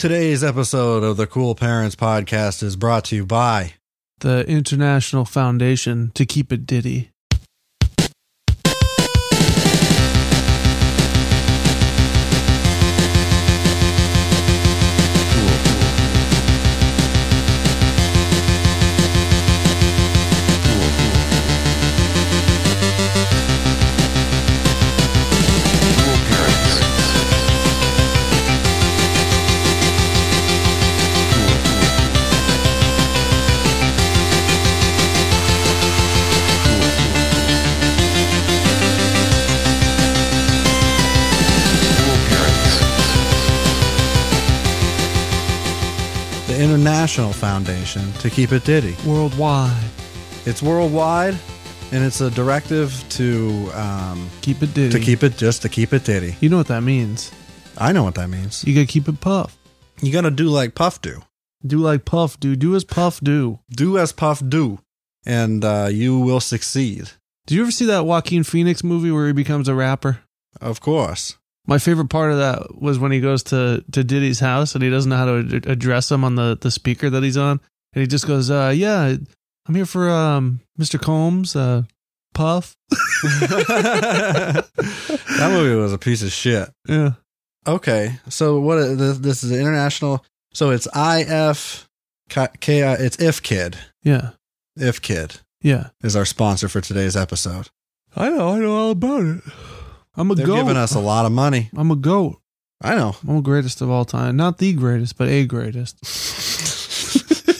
Today's episode of the Cool Parents Podcast is brought to you by the International Foundation to Keep It Diddy. the International Foundation to Keep It Diddy. Worldwide, It's worldwide, and it's a directive to um, keep it to diddy. keep it just to keep it diddy. You know what that means. I know what that means. You gotta keep it puff. You gotta do like Puff do, Do like Puff do. Do as Puff do. do as Puff do, and uh, you will succeed. Did you ever see that Joaquin Phoenix movie where he becomes a rapper? Of course. My favorite part of that was when he goes to, to Diddy's house and he doesn't know how to ad- address him on the, the speaker that he's on. And he just goes, uh, yeah, I'm here for um, Mr. Combs, uh, Puff. that movie was a piece of shit. Yeah. Okay, so what is this, this is international. So it's I F K K I. It's If Kid. Yeah. If Kid Yeah. is our sponsor for today's episode. I know, I know all about it. I'm a They're goat. giving us a lot of money. I'm a goat. I know. I'm the greatest of all time. Not the greatest, but a greatest.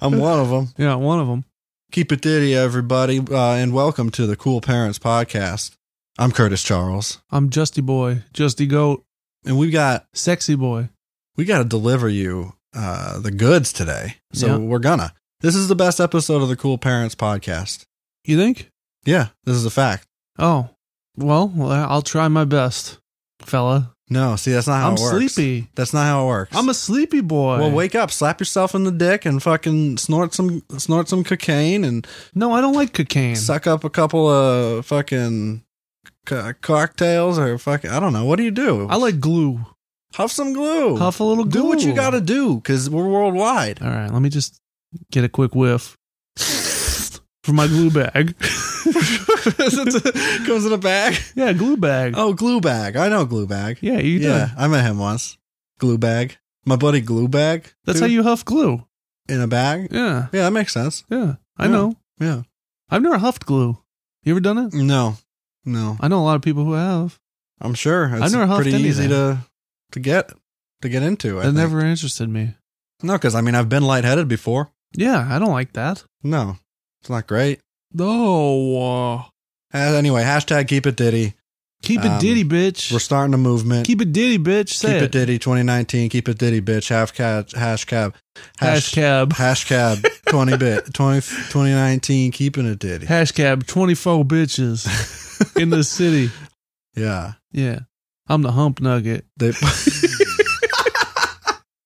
I'm one of them. Yeah, one of them. Keep it diddy, everybody, uh, and welcome to the Cool Parents Podcast. I'm Curtis Charles, I'm Justy Boy, Justy Goat, and we got Sexy Boy. we got to deliver you uh, the goods today. So Yeah. we're gonna. This is the best episode of the Cool Parents Podcast. You think? Yeah, this is a fact. Oh, well, well, I'll try my best, fella. No, see, that's not how I'm it works. sleepy. That's not how it works. I'm a sleepy boy. well, wake up, slap yourself in the dick, and fucking snort some snort some cocaine and No, I don't like cocaine. suck up a couple of fucking c- cocktails or fucking I don't know. What do you do? I like glue. huff some glue. Huff a little glue. Do what you gotta do because we're worldwide. All right, let me just get a quick whiff from my glue bag. Comes in a bag. yeah, glue bag. Oh, glue bag. I know glue bag. yeah, you do. yeah, I met him once. Glue bag. My buddy glue bag. That's dude, how you huff glue. in a bag. Yeah, Yeah, that makes sense. yeah. I Yeah. know. Yeah. I've never huffed glue. You ever done it? No, no. I know a lot of people who have. I'm sure it's never huffed pretty easy anything. to to get to get into. I That think. never interested me. no, because I mean I've been lightheaded before. Yeah, I don't like that. No, it's not great. No. uh, Uh, anyway, hashtag keep it diddy. Keep Um, it diddy, bitch. We're starting a movement. Keep it diddy, bitch. Keep Say it. it. diddy 2019. Keep it diddy, bitch. Half cab, hash cab, Hash cab. hash cab 20 bit 20, 2019. Keeping it diddy. Hash cab. 24 bitches in the city. Yeah, Yeah. I'm the hump nugget. they.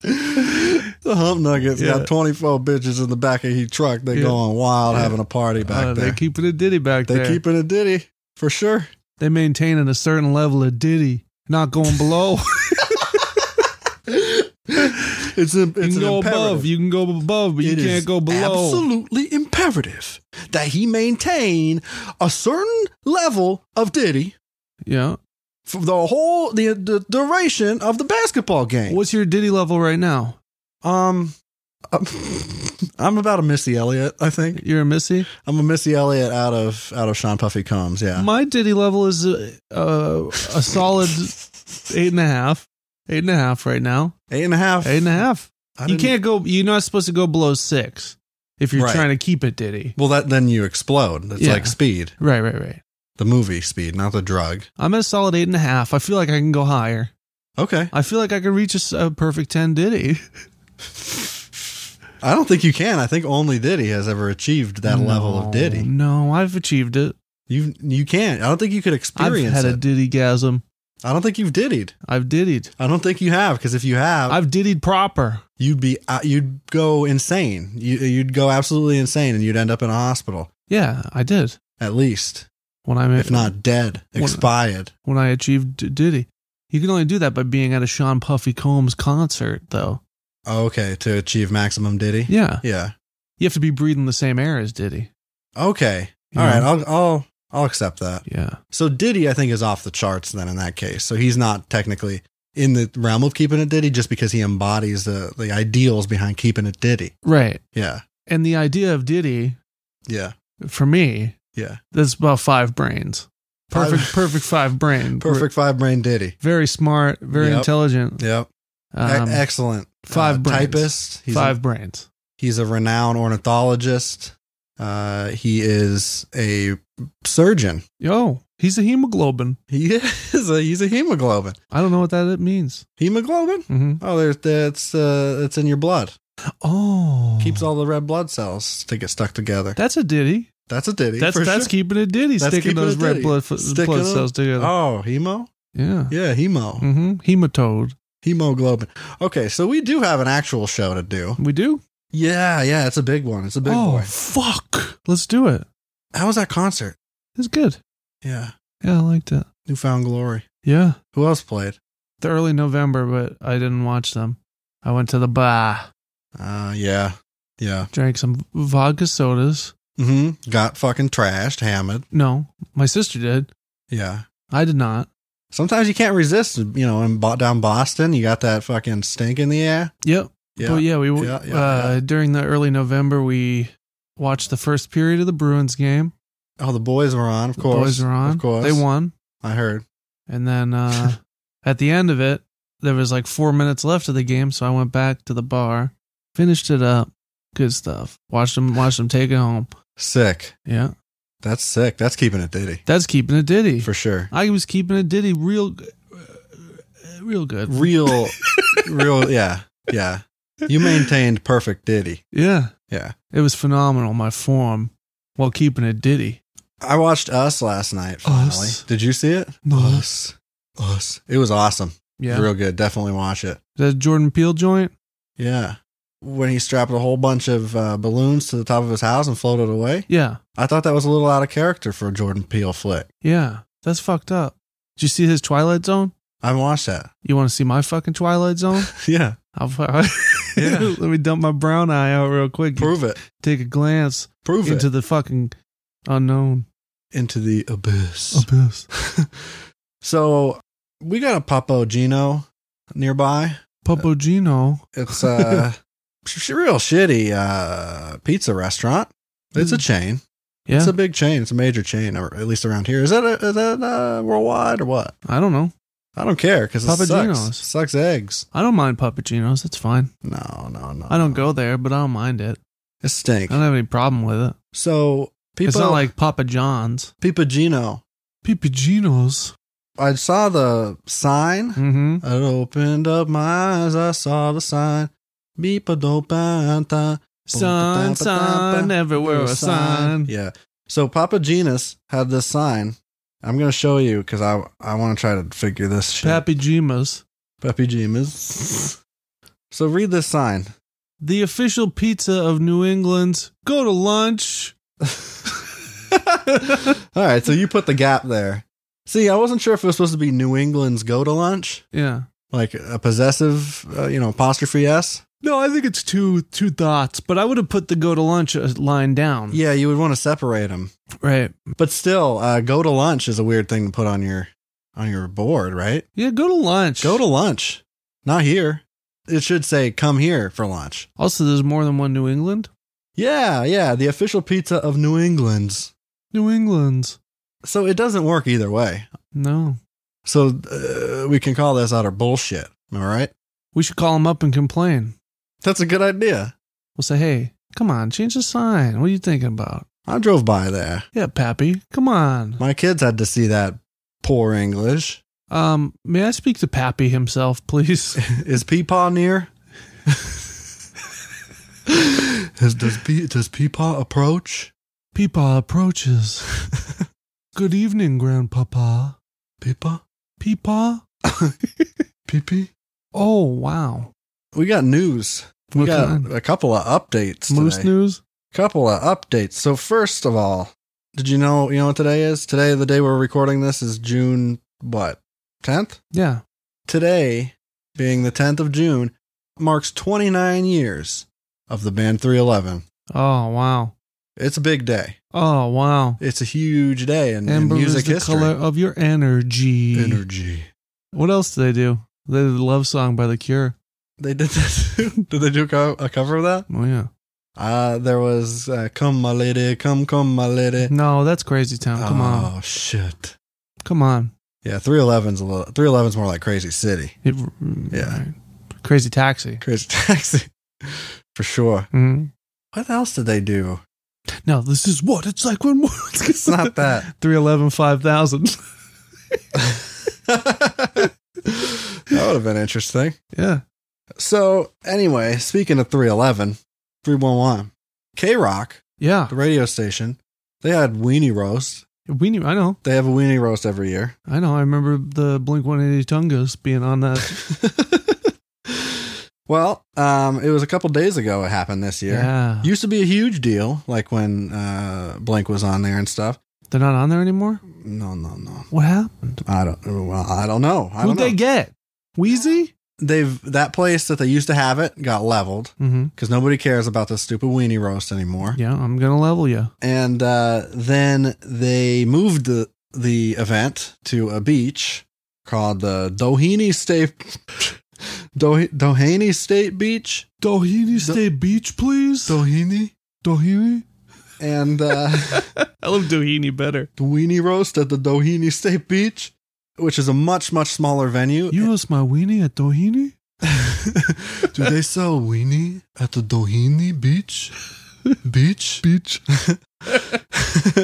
The hump nuggets Yeah. got 24 bitches in the back of his truck. They Yeah. going wild Yeah. having a party back Uh, there. they keep it a diddy back They there. keep it a ditty for sure. they maintaining a certain level of diddy, not going below. it's a, you it's can an go imperative. above. You can go above, but It you is can't go below. Absolutely imperative that he maintain a certain level of ditty yeah. for the whole the, the duration of the basketball game. What's your diddy level right now? Um, I'm about a Missy Elliott. I think You're a Missy? I'm a Missy Elliott out of out of Sean Puffy Combs. Yeah, My ditty level is a, a, a solid eight and a half. Eight and a half right now. eight and a half. Eight and a half. I You didn't- can't go, you're not supposed to go below six if you're Right. trying to keep it ditty. Well, that then you explode. It's Yeah. like speed, Right, right, right. the movie speed, not the drug. I'm at a solid eight and a half. I feel like I can go higher. Okay. I feel like I could reach a s- a, perfect 10 Diddy. I don't think you can. I think only Diddy has ever achieved that level of Diddy. No, I've achieved it. You you can't. I don't think you could experience I've had a it. Diddy gasm. I I don't think you've Diddied. I've Diddied. I don't think you have because if you have, I've Diddied proper. you'd be uh, you'd go insane. You you'd go absolutely insane, and you'd end up in a hospital Yeah, I did. at least, When I if not dead, Well- expired. when I achieved D- Diddy. You can only do that by being at a Sean Puffy Combs concert, though. Oh, okay, to achieve maximum Diddy. Yeah, Yeah. you have to be breathing the same air as Diddy. Okay. You All right. I'll know? I'll I'll accept that. Yeah, So Diddy, I think, is off the charts then in that case. So he's not technically in the realm of keeping it Diddy just because he embodies the, the ideals behind keeping it Diddy. right. Yeah. And the idea of Diddy Yeah. for me, Yeah. that's about five brains. Perfect, Five- perfect five brain. Perfect five brain Diddy. Very smart, very Yep. intelligent. Yep. E- Um, Excellent. Uh, five brains. typist. He's five A, brains. he's a renowned ornithologist. Uh, he is a surgeon. Yo, he's a hemoglobin. He is a, he's a hemoglobin. I don't know what that means. Hemoglobin? hmm Oh, there's that's uh, it's in your blood. Oh, Keeps all the red blood cells to get stuck together. That's a Diddy. That's a ditty. That's for that's sure. keeping it Diddy. That's sticking keeping those it red Diddy. blood, f- Sticking blood them- cells together. Oh, hemo? Yeah. Yeah, hemo. Mm-hmm. Hematode. Hemoglobin. Okay, so we do have an actual show to do. We do? Yeah, yeah, it's a big one. It's a big oh, one. fuck. Let's do it. How was that concert? It's good. Yeah, Yeah, I liked it. Newfound Glory. Yeah. Who else played? The early November, but I didn't watch them. I went to the bar, Uh, yeah, yeah. drank some vodka sodas. Mm-hmm. Got fucking trashed, hammered. No, my sister did. Yeah. I did not. Sometimes you can't resist. You know, in Bo- down Boston, you got that fucking stink in the air. Yep. Yeah. But yeah, we Yeah, yeah, uh, yeah. during the early November, we watched the first period of the Bruins game. Oh, the boys were on. Of The course, boys were on. Of course, they won. I heard. And then uh, at the end of it, there was like four minutes left of the game, so I went back to the bar, finished it up. Good stuff. Watched them, watched them take it home. Sick. Yeah, That's sick. That's keeping it ditty that's keeping it diddy. for sure. I was keeping it diddy real, g- real good. real real yeah yeah you maintained perfect diddy Yeah, yeah it was phenomenal. My form while keeping it diddy. i watched us last night finally Us. did you see it Us. us it was awesome Yeah, real good definitely watch it that Jordan Peele joint. yeah when he strapped a whole bunch of uh, balloons to the top of his house and floated away Yeah, i thought that was a little out of character for a jordan peele flick yeah, that's fucked up. Did you see his Twilight Zone? i haven't watched that You want to see my fucking Twilight Zone? yeah I'll, yeah. Let me dump my brown eye out real quick. prove it Take a glance prove into it the fucking unknown into the abyss abyss. so we got a papo gino nearby Papagino. It's a sh- real shitty uh, pizza restaurant. It's a chain. Mm. Yeah. It's a big chain. It's a major chain, or at least around here. Is that a, is that uh worldwide or what? I don't know. I don't care because it sucks. Papagino's. Sucks eggs. I don't mind Papaginos. It's fine. No, no, no. I don't no. go there, but I don't mind it. It I stinks. don't have any problem with it. So people, It's not like Papa John's. Papagino. Papaginos. I saw the sign. Mm-hmm. I opened up my eyes. I saw the sign. Beepadopanta. Sun, sun, everywhere a sign. Yeah. So Papa Genus had this sign. I'm gonna show you because I I want to try to figure this shit. Papaginos. Pappy Genus. So read this sign. The official pizza of New England's go to lunch. All right. So you put the gap there. See, I wasn't sure if it was supposed to be New England's go to lunch, Yeah. like a possessive, uh, you know, apostrophe s. No, I think it's two two dots, but I would have put the go to lunch uh, line down. Yeah, you would want to separate them. Right. But still, uh, go to lunch is a weird thing to put on your on your board, right? Yeah, go to lunch. Go to lunch. Not here. It should say come here for lunch. Also, there's more than one New England. Yeah, yeah, the official pizza of New England's. New England's. So it doesn't work either way. No. So uh, we can call this utter bullshit. All right. We should call them up and complain. That's a good idea. We'll say, hey, come on, change the sign. What are you thinking about? I drove by there. Yeah, Pappy, come on. My kids had to see that poor English. Um, may I speak to Pappy himself, please? Is Peepaw near? Has, does Pe- does Peepaw approach? Peepaw approaches. Good evening, Grandpapa. Peepaw? Peepaw? Peepee? Oh, wow. We got news. We What got kind? a couple of updates. Moose today. news? couple of updates. So first of all, did you know you know what today is? Today, the day we're recording this is June what? Tenth? Yeah. Today, being the tenth of June, marks twenty nine years of the band three eleven. Oh, wow. It's a big day. Oh, wow. It's a huge day in, in Amber music is the history. color of your energy. Energy. What else do they do? They did a love song by The Cure. They did that. too? did they do a co- a cover of that? Oh, yeah. Uh, there was uh, "Come My Lady, Come Come My Lady." No, that's Crazy Town. Come on. Oh shit! Come on. Yeah, three eleven's a little. Three eleven's more like Crazy City. It, Yeah. Crazy Taxi. Crazy Taxi. For sure. Mhm. What else did they do? No, this is what it's like when It's not that. 311 5000. that would have been interesting. yeah. So, anyway, speaking of 311, 311, K Rock, Yeah. the radio station, they had Weenie Roast. We knew, I know. They have a Weenie Roast every year. I know. I remember the Blink 180 Tungus being on that. well, um, it was a couple days ago it happened this year. Yeah. Used to be a huge deal, like when uh, Blink was on there and stuff. They're not on there anymore? No, no, no. What happened? I don't. Well, I don't know. I Who'd don't know. they get? Wheezy? They've that place that they used to have it got leveled Mm-hmm. because nobody cares about the stupid weenie roast anymore. Yeah, I'm going to level you. And uh, then they moved the the event to a beach called the Doheny State Dohe, Doheny State Beach. Doheny State Beach, please. Doheny. Doheny? And uh, I love Doheny better. the weenie roast at the Doheny State Beach, which is a much much smaller venue. You lost my weenie at Doheny? Do they sell weenie at the Doheny Beach? Beach? Beach.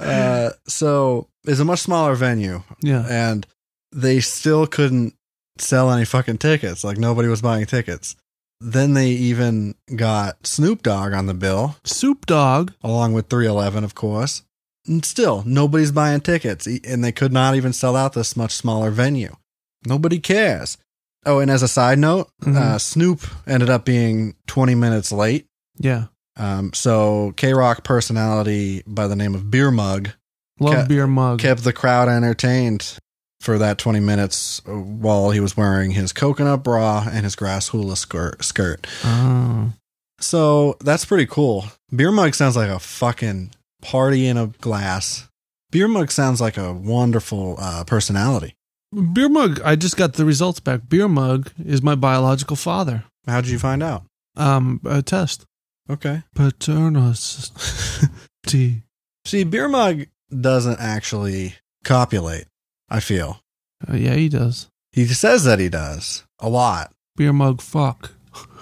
uh, so it's a much smaller venue, Yeah. and they still couldn't sell any fucking tickets. Like nobody was buying tickets. Then they even got Snoop Dogg on the bill, Soup Dog. along with 311, of course. And still, nobody's buying tickets, e- and they could not even sell out this much smaller venue. Nobody cares. Oh, and as a side note, Mhm. uh, Snoop ended up being 20 minutes late. Yeah. Um, so K Rock personality by the name of Beer Mug Love Ca- beer mug. kept the crowd entertained for that 20 minutes uh, while he was wearing his coconut bra and his grass hula skirt. skirt. oh. So that's pretty cool. Beer mug sounds like a fucking party in a glass. Beer mug sounds like a wonderful uh, personality. Beer mug. I just got the results back. Beer mug is my biological father. How would you find out? Um, a test. Okay. Paternus. T. See, beer mug doesn't actually copulate. I feel Uh, yeah, he does. he says that he does a lot. Beer mug. Fuck.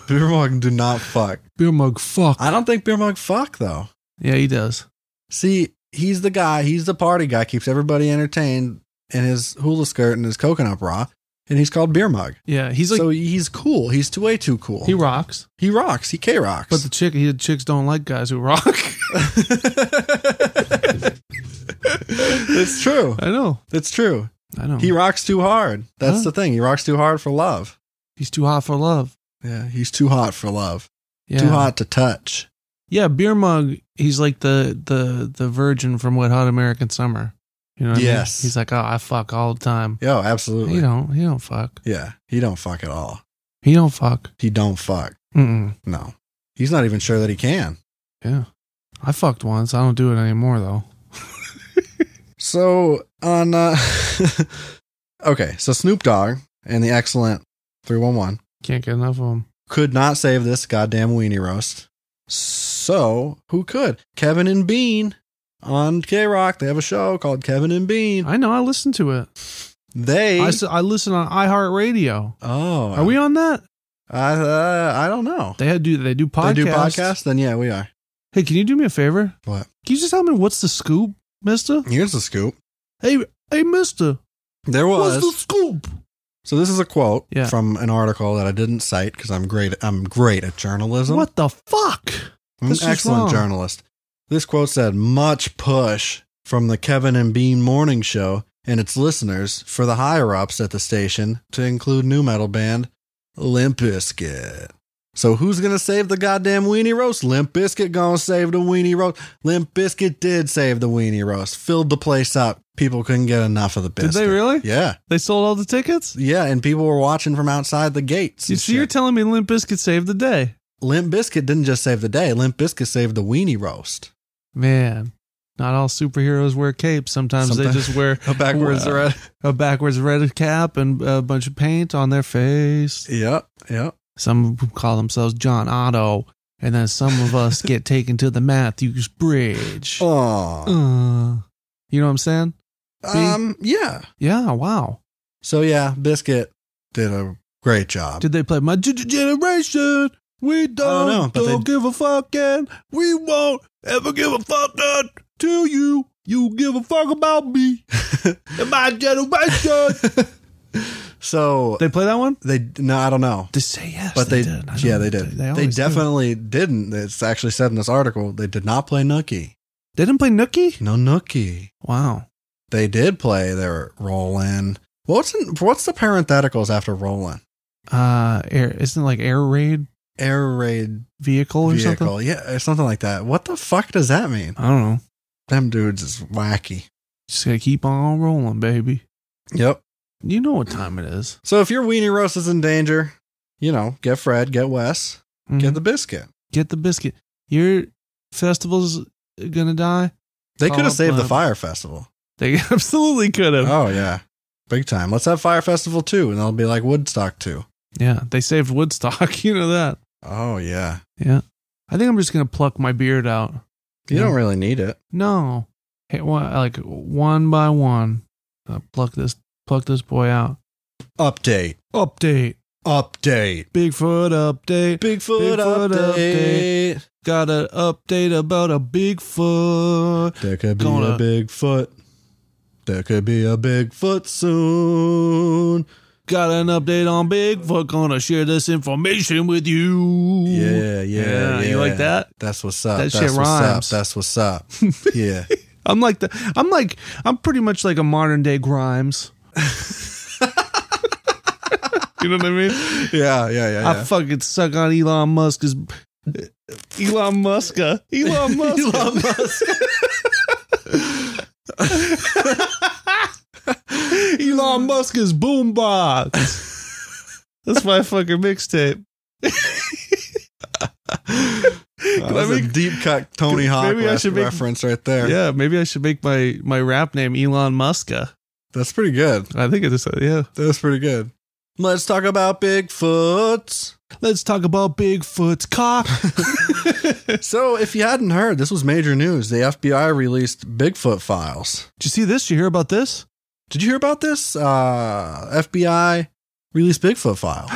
Beer mug do not fuck. Beer mug. Fuck. I don't think beer mug fuck though. yeah, he does. See, he's the guy, he's the party guy, keeps everybody entertained in his hula skirt and his coconut bra, and he's called Beer Mug. Yeah, he's like so he's cool. He's too way too cool. he rocks. he rocks. He K rocks. But the chick, he, chicks don't like guys who rock. it's true. I know. It's true. I know. He rocks too hard. That's Huh? the thing. He rocks too hard for love. he's too hot for love. Yeah, he's too hot for love. Yeah. Too hot to touch. Yeah, beer mug. He's like the the the virgin from Wet Hot American Summer. You know. What Yes. I mean? He's like, oh, I fuck all the time. Yo, absolutely. He don't. He don't fuck. yeah, he don't fuck at all. He don't fuck. He don't fuck. Mm-mm. No, he's not even sure that he can. Yeah. I fucked once. I don't do it anymore though. So on uh Okay, so Snoop Dogg and the excellent 311 Can't get enough of him. could not save this goddamn weenie roast. So, who could? Kevin and Bean on K Rock. They have a show called Kevin and Bean. I know. I listen to it. They I, s- I listen on iHeartRadio. Oh. Are we on that? I uh, I don't know. They do. They do podcasts. They do podcasts? Then yeah, we are. Hey, can you do me a favor? What? Can you just tell me what's the scoop, Mister? Here's the scoop. Hey, hey, Mister. There was. scoop? so this is a quote Yeah. from an article that I didn't cite because I'm great. I'm great at journalism. What the fuck? I'm an This is excellent wrong. journalist. This quote said, "Much push from the Kevin and Bean Morning Show and its listeners for the higher ups at the station to include new metal band Limp Bizkit." So who's gonna save the goddamn weenie roast? Limp Bizkit gonna save the weenie roast. Limp Bizkit did save the weenie roast. Filled the place up. People couldn't get enough of the Did biscuit. they really? Yeah, They sold all the tickets? yeah, and people were watching from outside the gates. You and see, you're shit. telling me Limp Bizkit saved the day. Limp Bizkit didn't just save the day. Limp Bizkit saved the weenie roast. Man, not all superheroes wear capes. Sometimes Sometimes- they just wear a backwards Wow. red. a backwards red cap and a bunch of paint on their face. Yep, yep. Some call themselves John Otto, and then some of us get taken to the Matthews Bridge. Oh, Uh, you know what I'm saying? um, yeah. Yeah, wow. So yeah, Biscuit did a great job. Did they play my G- G- generation? We don't, know, don't, but they- give a fuck and we won't ever give a fuck that to you. You give a fuck about me and my generation. so they play that one? they, no, I don't know, They say yes. but they, did. I yeah, don't- they did. They, always do. definitely didn't. It's actually said in this article they did not play Nookie. They didn't play Nookie? No Nookie. Wow. They did play their Rollin. What's in, what's the parentheticals after Rollin? Uh, air, isn't it like air raid Air raid vehicle or vehicle, something? yeah, or something like that. What the fuck does that mean? I don't know. Them dudes is wacky. Just gotta keep on rolling, baby. Yep. You know what time it is. So if your weenie roast is in danger, you know, get Fred, get Wes, Mhm. get the biscuit. Get the biscuit. Your festival's gonna die. They Call could have up, saved the uh, fire festival. They absolutely could have. Oh yeah. Big time. Let's have Fire Festival 2 and that'll be like Woodstock 2. Yeah, they saved Woodstock. You know that. Oh yeah. Yeah. I think I'm just gonna pluck my beard out. You Yeah. don't really need it. No, hey, one, like one by one, uh, pluck this, pluck this boy out. Update. Update, Update. Bigfoot update. Bigfoot, Bigfoot update. Got an update about a Bigfoot. There could be Gonna- a Bigfoot. There could be a Bigfoot soon. Got an update on Bigfoot. Gonna share this information with you. Yeah, yeah, yeah. You like that? That's what's up. That That's shit what's rhymes. up. That's what's up. yeah. I'm like the. I'm like. I'm pretty much like a modern day Grimes. you know what I mean? Yeah, yeah, yeah. I fucking suck on Elon Musk's Elon Muska. Elon Musk. Elon Musk. Elon Musk's boombox. That's my fucking mixtape. That was a deep cut Tony Hawk maybe I ref- should make- reference right there. Yeah, maybe I should make my my rap name Elon Muska. That's pretty good. I think it is. uh, Yeah. That's pretty good. Let's talk about Bigfoot. Let's talk about Bigfoot's cock. Did So, if you hadn't heard, this was major news. The FBI released Bigfoot files. you see this? You hear about this? Did you hear about this? Uh, FBI released Bigfoot file.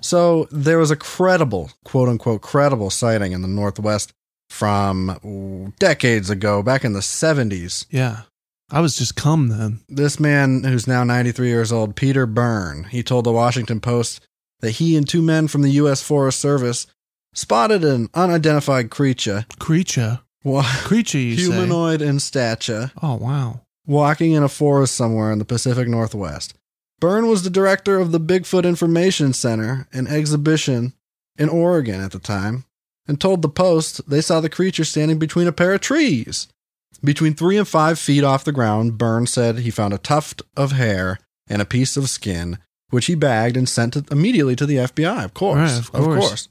So, there was a credible, quote unquote, credible sighting in the Northwest from ooh, decades ago, back in the 70s. Yeah. I was just cum then. This man, who's now 93 years old, Peter Byrne, he told the Washington Post that he and two men from the U.S. Forest Service spotted an unidentified creature, Creature. wa- Creature, you say? humanoid in stature, Oh, wow. walking in a forest somewhere in the Pacific Northwest. Byrne was the director of the Bigfoot Information Center, an exhibition in Oregon at the time, and told the Post they saw the creature standing between a pair of trees. Between three and five feet off the ground, Byrne said he found a tuft of hair and a piece of skin, which he bagged and sent it immediately to the FBI. Of course, Right, of of course. course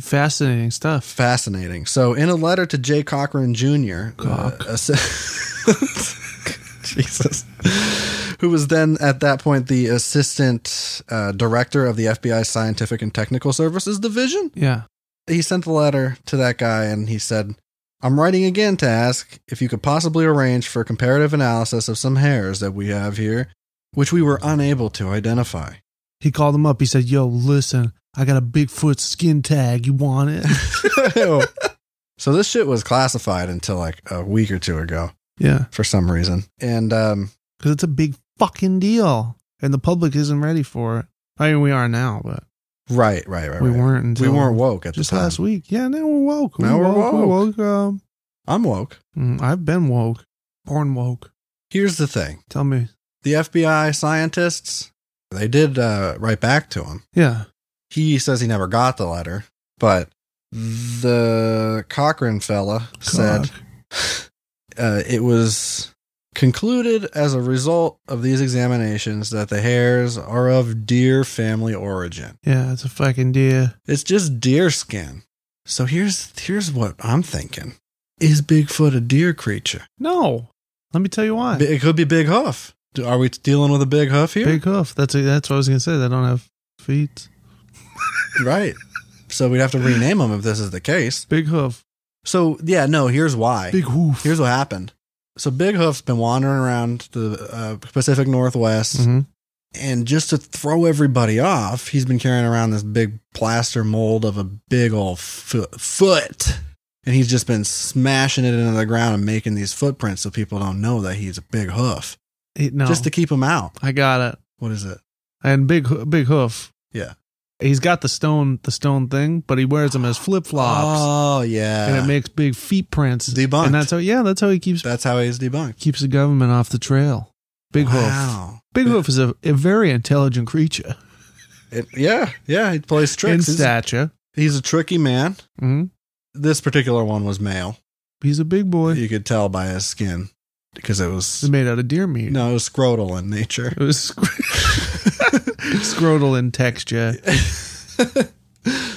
Fascinating stuff. fascinating. So, in a letter to Jay Cochran Jr., uh, Cock. assi- Jesus, who was then at that point the assistant uh, director of the FBI Scientific and Technical Services Division, Yeah. he sent a letter to that guy and he said, I'm writing again to ask if you could possibly arrange for a comparative analysis of some hairs that we have here, which we were unable to identify. He called him up. He said, "Yo, listen, I got a Bigfoot skin tag. You want it?" so, this shit was classified until like a week or two ago. yeah, for some reason. And um, because it's a big fucking deal, and the public isn't ready for it. I mean, we are now, but Right, right, right. we right. weren't. Until We weren't woke at just the time. last week. Yeah, now we're woke. Now we're We're woke. Um, I'm woke. mm, I've been woke, born woke. Here's the thing: Tell me, the FBI scientists they did uh, write back to him. yeah, He says he never got the letter, but the Cochrane fella said cock. uh, it was concluded as a result of these examinations that the hairs are of deer family origin. yeah, it's a fucking deer. It's just deer skin. So here's here's what I'm thinking: Is Bigfoot a deer creature? No, let me tell you why. It could be big hoof. Do- Are we dealing with a big hoof here? Big hoof. That's that's what I was gonna say. They don't have feet. Right. So we'd have to rename them if this is the case. Big hoof. So yeah, no. Here's why. Big hoof. Here's what happened. So Big Hoof's been wandering around the uh, Pacific Northwest, hmm and just to throw everybody off, he's been carrying around this big plaster mold of a big old fo- foot, and he's just been smashing it into the ground and making these footprints so people don't know that he's a big hoof, no, just to keep him out. I got it. What is it? And big Hoo- big hoof. Yeah. He's got the stone the stone thing, but he wears them as flip flops, Oh and it yeah, makes big feet prints. Debunked. And that's how yeah, that's how he keeps that's how he's debunked. keeps the government off the trail. Big hoof. wow. Big hoof is a, a very intelligent creature It, yeah, yeah, he plays in tricks. He's, stature. he's a tricky man. hmm This particular one was male. He's a big boy. You could tell by his skin because it was He's made out of deer meat. no, it was scrotal in nature. It was sc- scrotal in texture.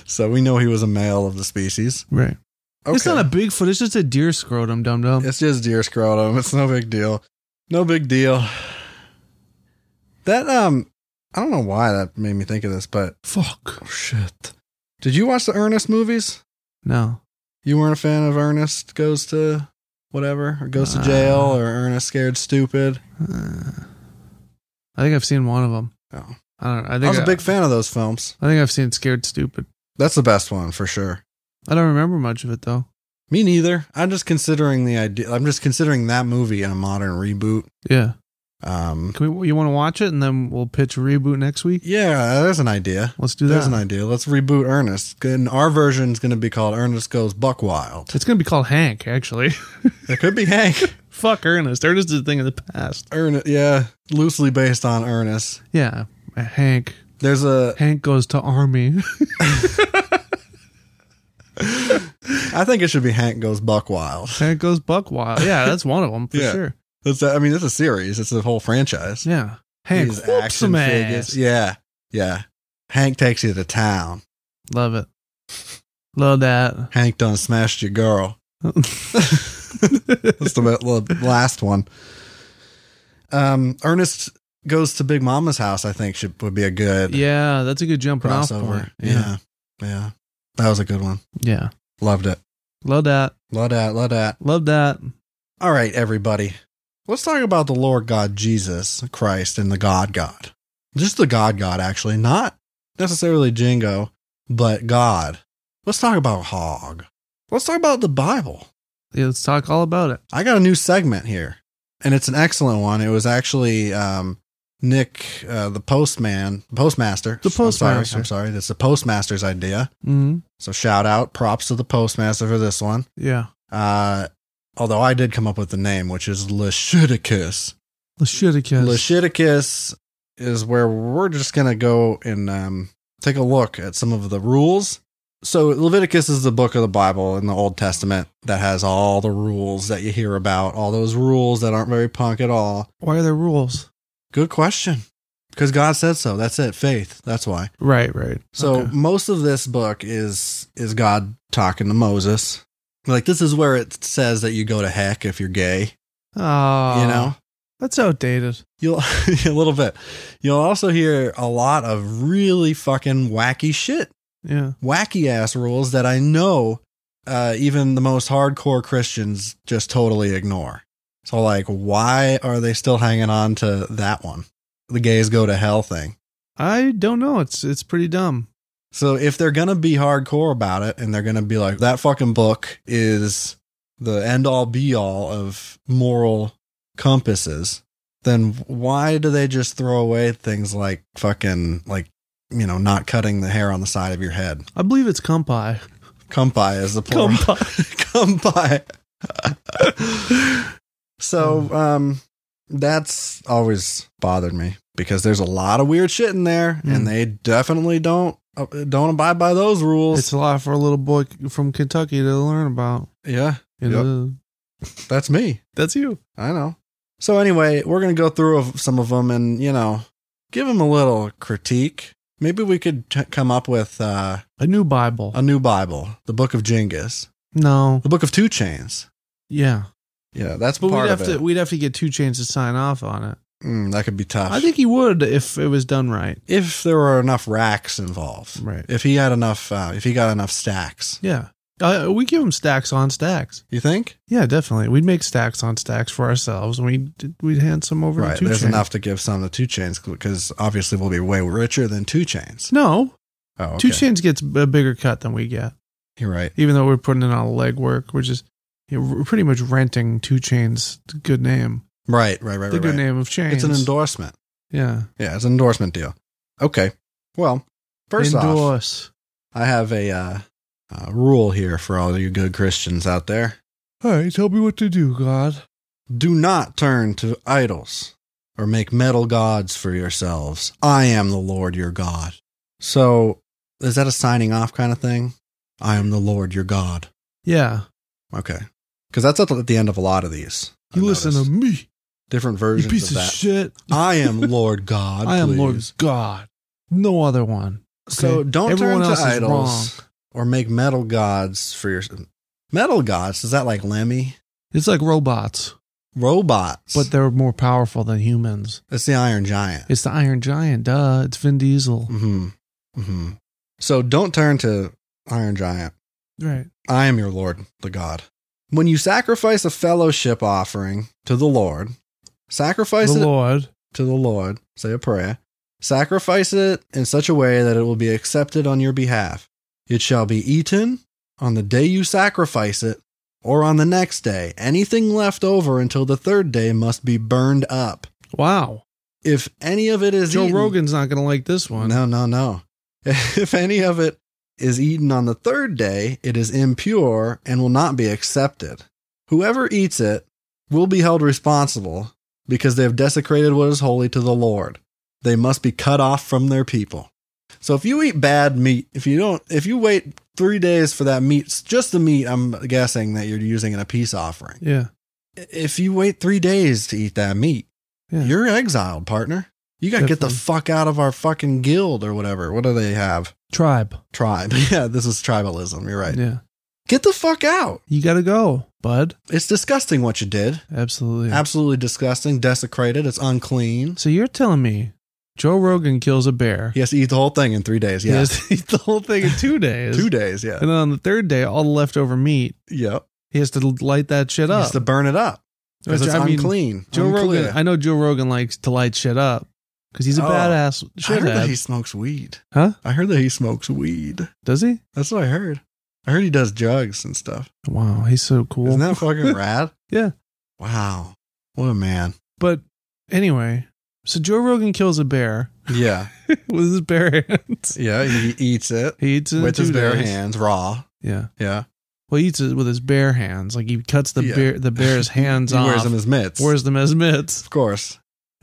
so we know he was a male of the species. Right. Okay. It's not a Bigfoot. It's just a deer scrotum, dum dum. It's just deer scrotum. It's no big deal. No big deal. That um, I don't know why that made me think of this, but Fuck. oh, shit. Did you watch the Ernest movies? No. You weren't a fan of Ernest goes to whatever or goes to jail Uh. or Ernest scared stupid. Uh, I think I've seen one of them. Oh. I don't know. I I, think was a big fan of those films. I think I've seen Scared Stupid. That's the best one for sure. I don't remember much of it though. Me neither. I'm just considering the idea. I'm just considering that movie in a modern reboot. Yeah. Um, Can we, you want to watch it and then we'll pitch a reboot next week? yeah, that's an idea. Let's do There's that. an idea. Let's reboot Ernest. And our version is going to be called Ernest Goes Buck Wild. It's going to be called Hank, actually. It could be Hank. Fuck Ernest. Ernest is a thing of the past. Ernest, yeah, loosely based on Ernest. Yeah. Hank. There's a. Hank goes to army. I think it should be Hank Goes Buck Wild. Hank goes buck wild. Yeah, that's one of them for Yeah. sure. That's. I mean, it's a series. It's a whole franchise. Yeah. Hank These whoops some ass. Yeah, yeah. Hank takes you to town. Love it. Love that. Hank done smashed your girl. That's the la- last one. Um, Ernest goes to Big Mama's house. I think should would be a good yeah, that's a good jumping off point. crossover. Yeah. yeah, that was a good one. Yeah. Loved it. Love that. Love that. Love that. Love that. All right, everybody. Let's talk about the Lord God Jesus Christ and the God God. Just the God God, actually, not necessarily Jingo, but God. Let's talk about Hog. Let's talk about the Bible. Yeah, let's talk all about it. I got a new segment here, and it's an excellent one. It was actually um, Nick, uh, the postman, postmaster. The I'm postmaster. sorry, I'm sorry. That's the postmaster's idea. hmm So shout out, props to the postmaster for this one. Yeah. Uh, although I did come up with the name, which is Leviticus. Leviticus. Leviticus is where we're just gonna go and um, take a look at some of the rules. So Leviticus is the book of the Bible in the Old Testament that has all the rules that you hear about, all those rules that aren't very punk at all. Why are there rules? Good question, because God said so. That's it. Faith. That's why. Right, right. So Okay. most of this book is is God talking to Moses. Like this is where it says that you go to heck if you're gay. Aw, you know. Ah, That's outdated. You'll a little bit. You'll also hear a lot of really fucking wacky shit, Yeah. wacky ass rules that I know uh, even the most hardcore Christians just totally ignore. So, like, why are they still hanging on to that one? The gays go to hell thing. I don't know. It's it's pretty dumb. So, if they're going to be hardcore about it and they're going to be like, that fucking book is the end all be all of moral compasses, then why do they just throw away things like fucking like you know not cutting the hair on the side of your head? I believe it's kumpai. Kumpai is the plural. Kumpai. Kumpai. so um, that's always bothered me because there's a lot of weird shit in there, Mm. and they definitely don't uh, don't abide by those rules. It's a lot for a little boy from Kentucky to learn about. yeah, You Yep. know, that's me. that's you. I know. So anyway, we're gonna go through of- some of them and you know give them a little critique. Maybe we could t- come up with uh, A new Bible. a new Bible, the Book of Genghis, no. the Book of Two Chains. Yeah. Yeah, that's But part we'd of have to it. we'd have to get two chains to sign off on it. Mm, that could be tough. I think he would if it was done right. if there were enough racks involved, Right. if he had enough, uh, if he got enough stacks, Yeah. Uh, we give him stacks on stacks. you think? Yeah, definitely. We'd make stacks on stacks for ourselves, and we we'd hand some over Right. to two There's chains. enough to give some to two chains because obviously we'll be way richer than two chains. No, Oh, okay. two chains gets a bigger cut than we get, You're right. even though we're putting in all the legwork. We're just you know, we're pretty much renting two chains. Good name, Right. Right. Right. the right, good right. name of chains. It's an endorsement. Yeah, Yeah, it's an endorsement deal. Okay. Well, first off, endorse. I have a uh, uh, rule here for all you good Christians out there: All right, tell me what to do, God. do not turn to idols or make metal gods for yourselves. I am the Lord your God. So, is that a signing off kind of thing? I am the Lord your God. Yeah, Okay, because that's at the- at the end of a lot of these. you I've listen noticed. to me, different you versions piece of of, that. shit. I am Lord God. I am Lord please. God, no other one. So Okay? don't Everyone turn else to is idols. wrong. or make metal gods for your metal gods. Is that like Lemmy It's like robots, robots? but they're more powerful than humans. that's the Iron Giant. It's the Iron Giant, duh. It's Vin Diesel. hmm hmm So don't turn to Iron Giant. Right. I am your Lord, the God. When you sacrifice a fellowship offering to the Lord, sacrifice the it Lord. to the Lord. Say a prayer. Sacrifice it in such a way that it will be accepted on your behalf. It shall be eaten on the day you sacrifice it, or on the next day. Anything left over until the third day must be burned up. Wow. If any of it is Joe eaten, Rogan's not going to like this one. no, no, no. If any of it is eaten on the third day, it is impure and will not be accepted. Whoever eats it will be held responsible because they have desecrated what is holy to the Lord. They must be cut off from their people. So if you eat bad meat, if you don't, if you wait three days for that meat, just the meat, I'm guessing that you're using in a peace offering. Yeah. If you wait three days to eat that meat, Yeah. you're exiled, partner. You got to get the Definitely. fuck out of our fucking guild or whatever. What do they have? Tribe. Tribe. Yeah, this is tribalism. You're right. Yeah. Get the fuck out. You got to go, bud. It's disgusting what you did. Absolutely. Absolutely disgusting. Desecrated. It's unclean. so you're telling me Joe Rogan kills a bear. He has to eat the whole thing in three days. He Yeah. has to eat the whole thing in two days. Two days. Yeah. And then on the third day, all the leftover meat, Yep. he has to light that shit He up. has to burn it up. Because Which, it's I mean, unclean. Joe Unclear. Rogan. I know Joe Rogan likes to light shit up because he's a Oh. badass I heard that shithead. he smokes weed. Huh? I heard that he smokes weed. Does he? That's what I heard. I heard he does drugs and stuff. Wow, he's so cool. Isn't that fucking rad? Yeah. Wow. What a man. But anyway, so Joe Rogan kills a bear Yeah. with his bare hands. Yeah. He eats it He eats it in with his two bare days. hands, raw. Yeah. Yeah. Well, he eats it with his bare hands. Like he cuts the Yeah. bear the bear's hands he off. wears them as mitts. wears them as mitts. of course.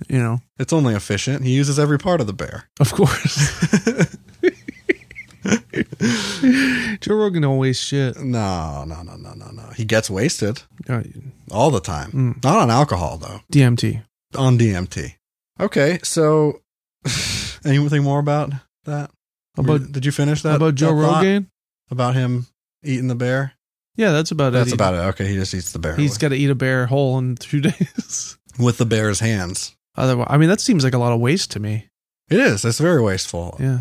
You know, It's only efficient. He uses every part of the bear. of course. Joe Rogan don't waste shit. No, no, no, no, no, no. He gets wasted Uh, all the time. Mm. Not on alcohol, though. DMT. On DMT. Okay. So, anything more about that? About Were- did you finish that? about Joe that thought Rogan? About him eating the bear? Yeah, that's about it. That's He- about it. Okay, he just eats the bear He's with, got to eat a bear whole in two days. with the bear's hands. Otherwise, I mean, that seems like a lot of waste to me. It is. It's very wasteful. Yeah.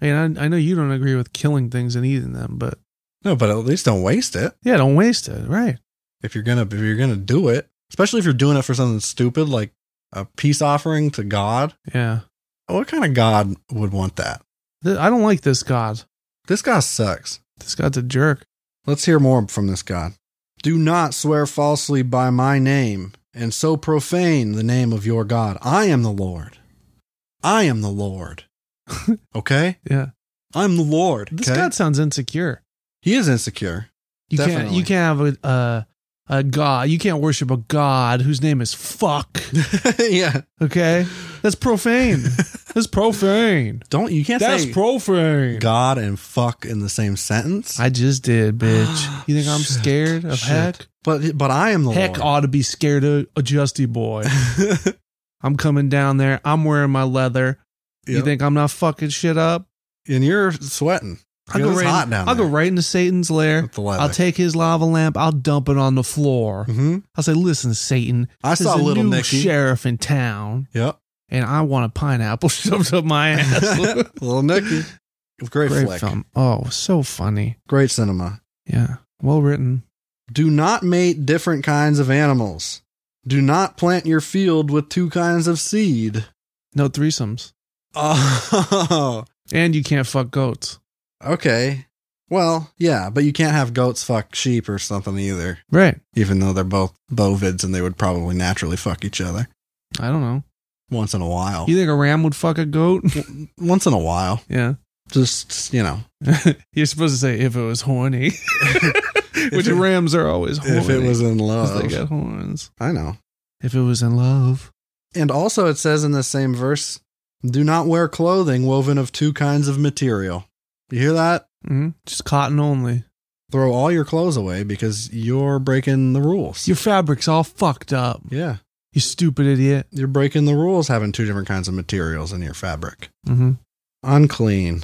And I, I know you don't agree with killing things and eating them, but No, but at least don't waste it. yeah, don't waste it. Right. If you're gonna if you're gonna do it, especially if you're doing it for something stupid like a peace offering to God. Yeah. What kind of God would want that? Th- I don't like this God. This guy sucks. This God's a jerk. Let's hear more from this God. Do not swear falsely by my name and so profane the name of your God. I am the Lord. I am the Lord. okay? Yeah. I'm the Lord. This okay? God sounds insecure. he is insecure. You can't Definitely. you can't have a uh, a god. You can't worship a god whose name is fuck. yeah. Okay, that's profane. that's profane. Don't you can't That's say profane. God and fuck in the same sentence. I just did, bitch. You think I'm Shit. scared of Shit. heck? But but I am the Heck Lord. ought to be scared of a justy boy. I'm coming down there. I'm wearing my leather. You Yep. think I'm not fucking shit up? and you're sweating. I'll go It's right. hot in- down I'll go there. right into Satan's lair. With the leather. I'll take his lava lamp. I'll dump it on the floor. hmm I'll say, "Listen, Satan. I saw there's a little new Nicky. sheriff in town, Yep. and I want a pineapple shoved up my ass." little Nicky. Great, Great flick. film. Oh, so funny. Great cinema. Yeah, well written. Do not mate different kinds of animals. Do not plant your field with two kinds of seed. No threesomes, Oh, and you can't fuck goats. okay. Well, yeah, but you can't have goats fuck sheep or something either, Right. even though they're both bovids and they would probably naturally fuck each other I don't know. once in a while. You think a ram would fuck a goat? once in a while. yeah. Just, you know, You're supposed to say if it was horny, which it- rams are always horny. if it was in 'cause love. they got horns. I know. If it was in love, And also, it says in the same verse, do not wear clothing woven of two kinds of material. You hear that? hmm just cotton only. Throw all your clothes away because you're breaking the rules. Your fabric's all fucked up. yeah. You stupid idiot. You're breaking the rules having two different kinds of materials in your fabric. Mm-hmm. Unclean.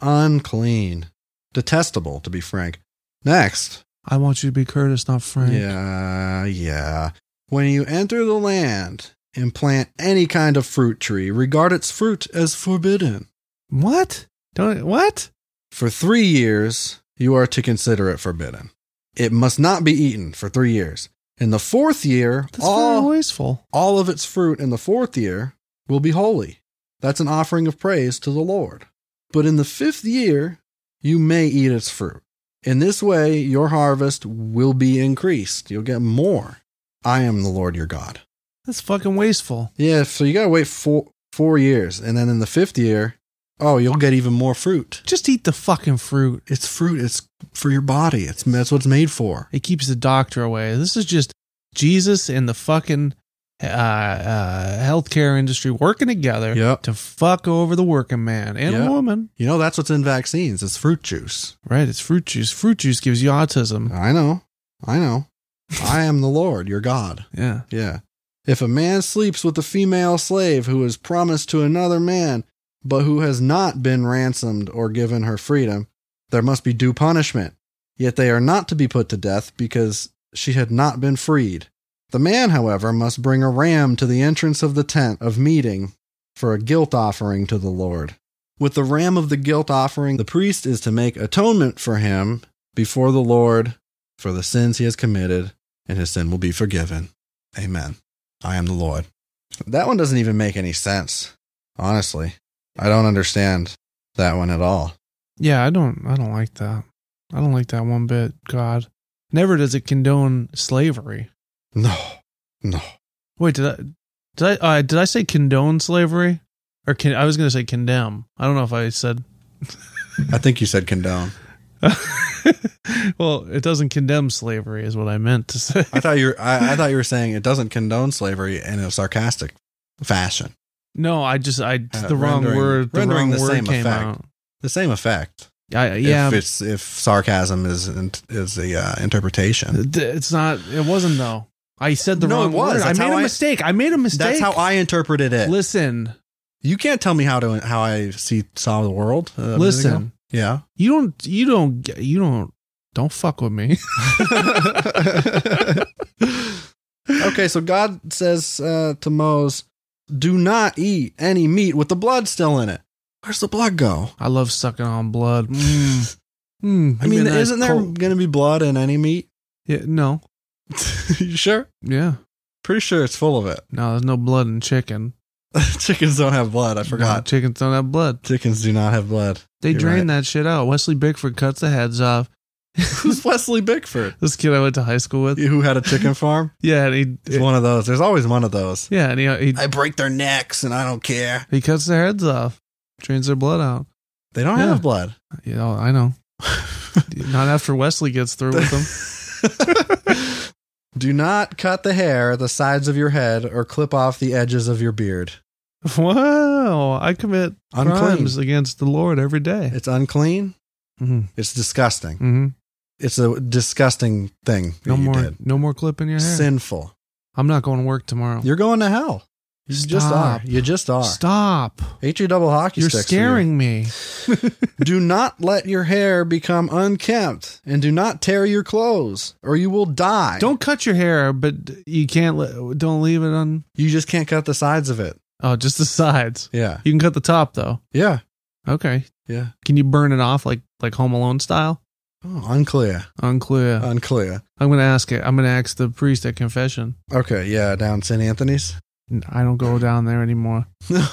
Unclean. Detestable, to be frank. Next. I want you to be Curtis, not Frank. Yeah, yeah. When you enter the land and plant any kind of fruit tree, regard its fruit as forbidden. What? Don't what? For three years, you are to consider it forbidden. It must not be eaten for three years. In the fourth year, That's all, very wasteful. all of its fruit in the fourth year will be holy. That's an offering of praise to the Lord. But in the fifth year, you may eat its fruit. In this way, your harvest will be increased. You'll get more. I am the Lord your God. That's fucking wasteful. Yeah, so you got to wait four, four years. And then in the fifth year, oh, you'll get even more fruit. Just eat the fucking fruit. It's fruit. It's for your body. It's that's what it's made for. It keeps the doctor away. This is just Jesus and the fucking uh, uh, healthcare industry working together Yep. to fuck over the working man and Yep. woman. You know that's what's in vaccines. It's fruit juice. Right? It's fruit juice. Fruit juice gives you autism. I know. I know. I am the Lord, your God. Yeah. Yeah. If a man sleeps with a female slave who is promised to another man, but who has not been ransomed or given her freedom, there must be due punishment. Yet they are not to be put to death because she had not been freed. The man, however, must bring a ram to the entrance of the tent of meeting for a guilt offering to the Lord. With the ram of the guilt offering, the priest is to make atonement for him before the Lord for the sins he has committed, and his sin will be forgiven. Amen. I am the Lord. That one doesn't even make any sense. Honestly, I don't understand that one at all. Yeah, I don't I don't like that. I don't like that one bit. God. Never does it condone slavery. No, no. Wait, did I did I uh, did I say condone slavery? Or can I was going to say condemn. I don't know if I said I think you said condone. well, it doesn't condemn slavery, is what I meant to say. I thought you were, I, I thought you were saying it doesn't condone slavery in a sarcastic fashion. No, I just I Uh, the wrong rendering- word. The rendering wrong the word same came effect. out. The same effect. I, yeah, If it's, it's if sarcasm is in, is the uh, interpretation. it's not. It wasn't though. I said the No, it wrong was. word. I That's made how a I- mistake. I made a mistake. That's how I interpreted it. listen. You can't tell me how to how I see saw the world. uh, a minute ago. listen. Yeah. You don't. You don't. get- You don't. Don't fuck with me. okay, so God says uh, to Moses, "Do not eat any meat with the blood still in it." Where's the blood go? I love sucking on blood. Mm. Mm. I Give me mean, a nice isn't there cold- going to be blood in any meat? Yeah, no. you sure? Yeah. Pretty sure it's full of it. No. There's no blood in chicken. Chickens don't have blood. I No, forgot. chickens don't have blood. Chickens do not have blood. They You're drain right. that shit out. Wesley Bickford cuts the heads off. Who's Wesley Bickford? This kid I went to high school with. Who had a chicken farm? Yeah, and He's he. one of those. There's always one of those. Yeah, and he he, I break their necks and I don't care. he cuts their heads off, drains their blood out. They don't Yeah. have blood. You know, I know. Not after Wesley gets through with them. Do not cut the hair, the sides of your head, or clip off the edges of your beard. Wow, I commit Unclean. crimes against the Lord every day. It's unclean. Mm-hmm. It's disgusting. Mm-hmm. It's a disgusting thing that No you more, did. no more clipping your hair. Sinful. I'm not going to work tomorrow. You're going to hell. You just are. Stop. You just are. Stop! Hate your double hockey You're sticks for you. scaring me. do not let your hair become unkempt, and do not tear your clothes, or you will die. Don't cut your hair, but you can't. Let, don't leave it on. You just can't cut the sides of it. Oh, just the sides. Yeah. You can cut the top though. Yeah. Okay. Yeah. Can you burn it off like like Home Alone style? Oh, unclear. Unclear. Uh, Unclear. I'm gonna ask it. I'm gonna ask the priest at confession. Okay. Yeah. Down St. Anthony's. N- I don't go down there anymore. No.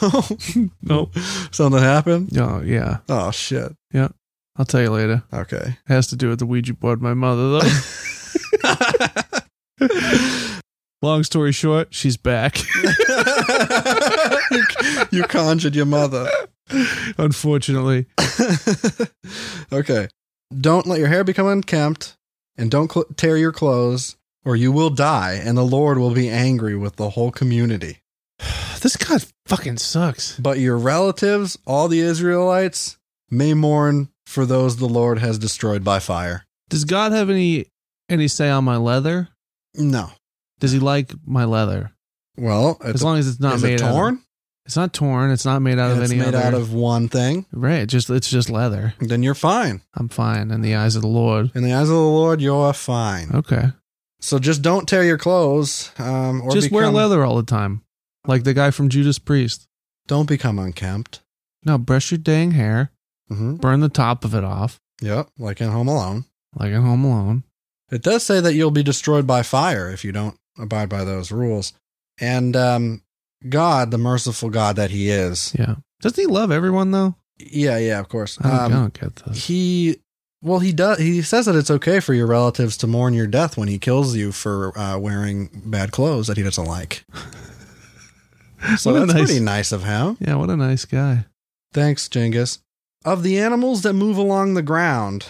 Nope. Something happened. Oh yeah. Oh shit. I'll tell you later. Okay. It has to do with the Ouija board. My mother though. Long story short, she's back. you, you conjured your mother. Unfortunately. okay. Don't let your hair become unkempt, and don't cl- tear your clothes, or you will die, and the Lord will be angry with the whole community. This god fucking sucks. But your relatives, all the Israelites, may mourn for those the Lord has destroyed by fire. Does God have any any say on my leather? No. Does he like my leather? Well, at As the- long as it's not is made it out of- torn? it's not torn. It's not made out of it's any made other. out of one thing. right. Just it's just leather. Then you're fine. I'm fine in the eyes of the Lord. In the eyes of the Lord, you're fine. Okay. So just don't tear your clothes. Um, or just wear become- leather all the time, like the guy from Judas Priest. Don't become unkempt. No, brush your dang hair, Mm-hmm. burn the top of it off, Yep, like in Home Alone. like in Home Alone. It does say that you'll be destroyed by fire if you don't abide by those rules. And um, God, the merciful God that He is, Yeah. Doesn't he love everyone though? yeah, yeah, of course. I don't, I Um, don't get this. he, well, he does. He says that it's okay for your relatives to mourn your death when He kills you for uh, wearing bad clothes that He doesn't like. So What a that's nice- pretty nice of him. Yeah, what a nice guy. Thanks, Genghis. Of the animals that move along the ground,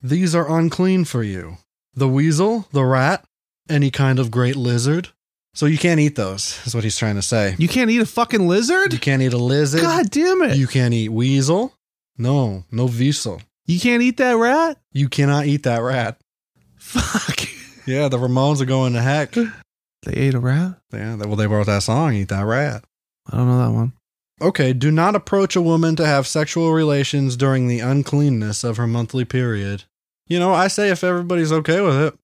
these are unclean for you the weasel, the rat, any kind of great lizard. So you can't eat those, is what he's trying to say. You can't eat a fucking You lizard? can't eat a lizard. God damn it. You can't eat weasel. No, no weasel. You can't eat that rat? You cannot eat that rat. Fuck. Yeah, the Ramones are going to heck. They ate a rat? Yeah, well, they wrote that song, Eat That Rat. I don't know that one. Okay, do not approach a woman to have sexual relations during the uncleanness of her monthly period. You know, I say if everybody's okay with it,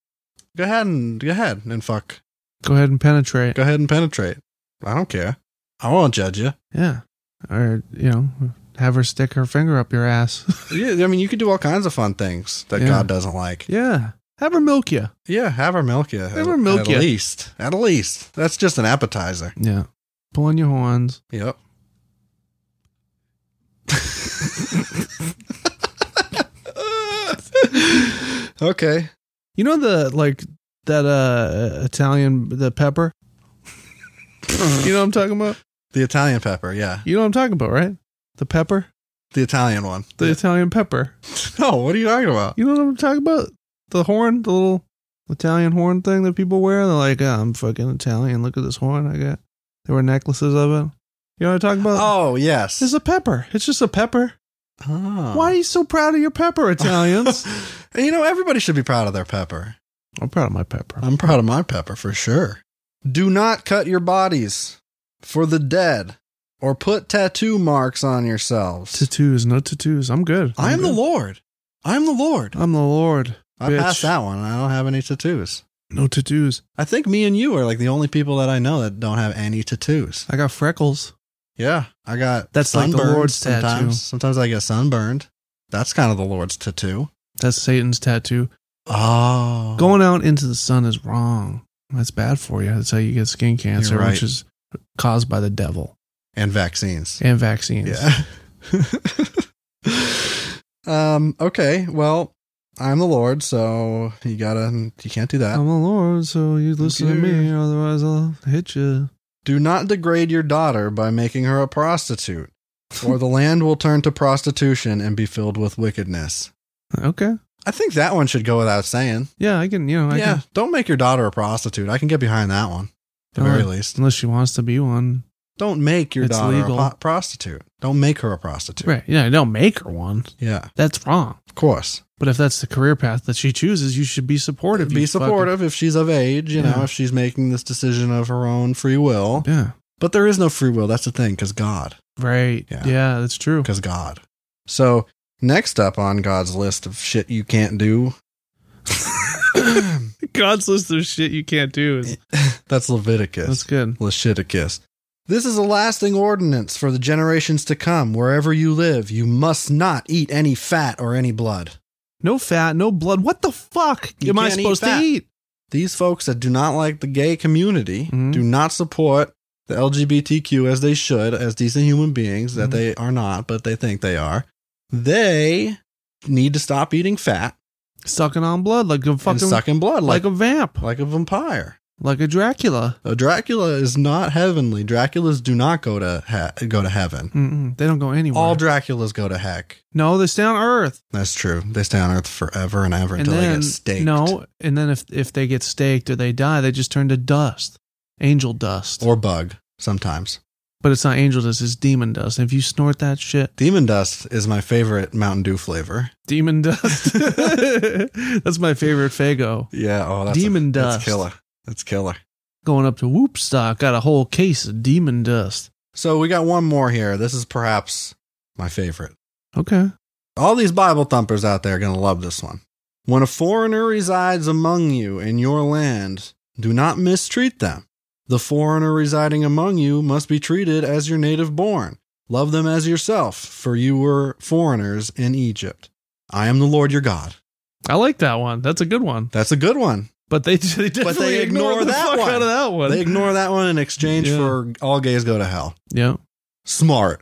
go ahead and go ahead and fuck. Go ahead and penetrate. Go ahead and penetrate. I don't care. I won't judge you. Yeah. Or, you know, have her stick her finger up your ass. Yeah, I mean, you could do all kinds of fun things that Yeah. God doesn't like. yeah. Have her milk you. Yeah, have her milk you. Have her milk at ya. least. At least. That's just an appetizer. Yeah. Pull on your horns. Yep. okay. You know the, like, that uh Italian, the pepper? you know what I'm talking about? The Italian pepper, yeah. You know what I'm talking about, right? The pepper? The Italian one. The Italian pepper. no, what are you talking about? You know what I'm talking about? The horn, the little Italian horn thing that people wear. They're like, "Ah, I'm fucking Italian. Look at this horn I got. There were necklaces of it. You know what I'm talking about? Oh, yes. It's a pepper. It's just a pepper. Oh. Why are you so proud of your pepper, Italians? And you know, everybody should be proud of their pepper. I'm proud of my pepper. I'm proud of my pepper for sure. Do not cut your bodies for the dead or put tattoo marks on yourselves. tattoos, no tattoos. I'm good. I am the good. Lord. I am the Lord. I'm the Lord. I bitch. passed that one. I don't have any tattoos. No tattoos. I think me and you are like the only people that I know that don't have any tattoos. I got freckles. Yeah, I got That's like the sunburned Lord's tattoo. sometimes. Sometimes I get sunburned. That's kind of the Lord's tattoo. That's Satan's tattoo. Oh, Going out into the sun is wrong. That's bad for you. That's how you get skin cancer, right. which is caused by the devil and vaccines. and vaccines. Yeah. um. Okay. Well, I'm the Lord, so you gotta, you can't do that. I'm the Lord, so you listen to me, you. otherwise I'll hit you. Do not degrade your daughter by making her a prostitute, or the land will turn to prostitution and be filled with wickedness. Okay. I think that one should go without saying. Yeah, I can. You know, I yeah, can, don't make your daughter a prostitute. I can get behind that one, at the very Uh, least. unless she wants to be one. Don't make your It's daughter legal. a po- prostitute. Don't make her a prostitute. Right. Yeah, don't make her one. Yeah, That's wrong. of course. But if that's the career path that she chooses, you should be supportive. Be you fucking- supportive if she's of age, you know, Yeah. if she's making this decision of her own free will. Yeah. But there is no free will. That's the thing, because God. Right. Yeah. Yeah. that's true. Because God. So, next up on God's list of shit you can't do, God's list of shit you can't do is that's that's Leviticus. good. Leviticus. This is a lasting ordinance for the generations to come. Wherever you live, you must not eat any fat or any blood. No fat, no blood. What the fuck You am I can't eat supposed to fat. eat? these folks that do not like the gay community Mhm. do not support the LGBTQ as they should, as decent human beings that Mhm. they are not, but they think they are. They need to stop eating fat Sucking on blood like a and fucking sucking blood like, like, a vamp, like a vampire. like a Dracula. Uh, Dracula is not heavenly. Draculas do not go to he- go to heaven. Mm-mm, they don't go anywhere. All Draculas go to heck. no, they stay on Earth. That's true. They stay on Earth forever and ever And until they then get staked. no, and then if if they get staked or they die, they just turn to dust, angel dust. or bug sometimes. but it's not angel dust; it's demon dust. If you snort that shit, Demon dust is my favorite Mountain Dew flavor. demon dust. That's my favorite Fago. Yeah. Oh, that's Demon That's dust. killer. That's killer. Going up to Whoopstock, got a whole case of demon dust. So we got one more here. This is perhaps my favorite. Okay. All these Bible thumpers out there are going to love this one. When a foreigner resides among you in your land, do not mistreat them. The foreigner residing among you must be treated as your native born. Love them as yourself, for you were foreigners in Egypt. I am the Lord your God. I like that one. That's a good one. That's a good one. But they, they definitely they ignore, ignore the that fuck one. out of that one. They ignore that one in exchange Yeah. for all gays go to hell. Yeah. Smart.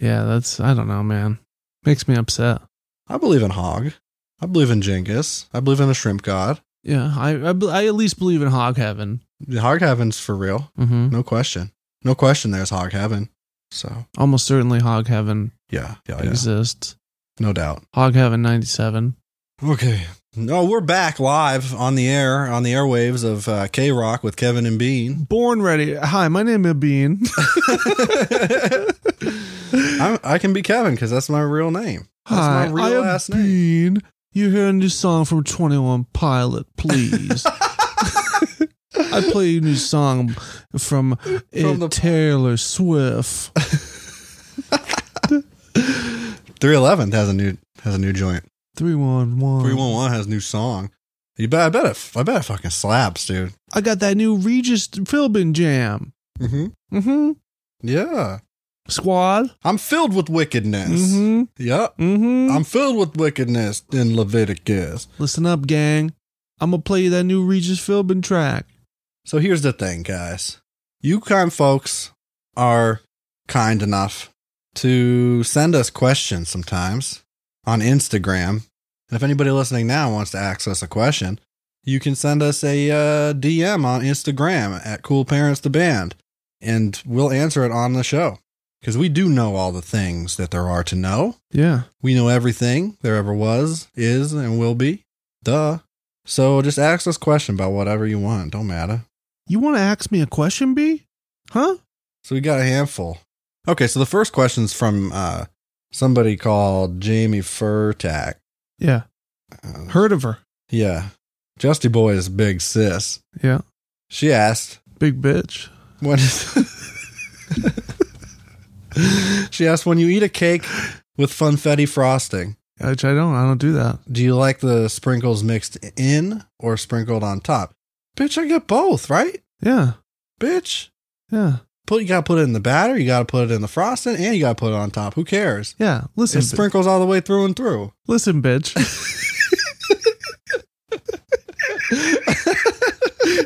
Yeah, that's I don't know, man. Makes me upset. I believe in Hog. I believe in Genghis. I believe in a shrimp god. Yeah, I I, be- I at least believe in hog heaven. The Hog Heaven's for real. Mm-hmm. No question. No question there's Hog Heaven. So, Almost certainly hog heaven yeah. Yeah. yeah. exists. No doubt. Hog heaven 97. Okay. No, we're back live on the air, on the airwaves of uh, K Rock with Kevin and Bean. Born ready. Hi, my name is Bean. I'm, I can be Kevin because that's my real name. That's Hi, my real I am last name. Bean. You hear a new song from 21 Pilot, please. I play a new song from, uh, the- Taylor Swift. 311 has a new has a new joint. Hmm. 311. 311 has a new song. You bet. I bet it. I bet it fucking slaps, dude. I got that new Regis Philbin jam. Mm-hmm. Mm-hmm. Yeah. Squad. I'm filled with wickedness. Mm-hmm. Yep. Mm-hmm. I'm filled with wickedness in Leviticus. Listen up, gang. I'm gonna play you that new Regis Philbin track. So here's the thing, guys. You kind folks are kind enough to send us questions sometimes on Instagram. And if anybody listening now wants to ask us a question, you can send us a uh, DM on Instagram at Cool Parents the Band, and we'll answer it on the show because we do know all the things that there are to know. Yeah. We know everything there ever was, is, and will be. Duh. So just ask us question about whatever you want. Don't matter. You wanna ask me a question, B? Huh? So we got a handful. Okay, so the first question's from uh, somebody called Jamie Furtack. Yeah. Uh, Heard of her. yeah. Justy Boy's big sis. Yeah. She asked, Big bitch. when she asked, when you eat a cake with funfetti frosting, Which I don't. I don't do that. do you like the sprinkles mixed in or sprinkled on top? Bitch, I get both, right? Yeah. Bitch. Yeah. Put, you gotta put it in the batter, you gotta put it in the frosting, and you gotta put it on top. Who cares? Yeah. Listen. It bi- sprinkles all the way through and through. listen, bitch.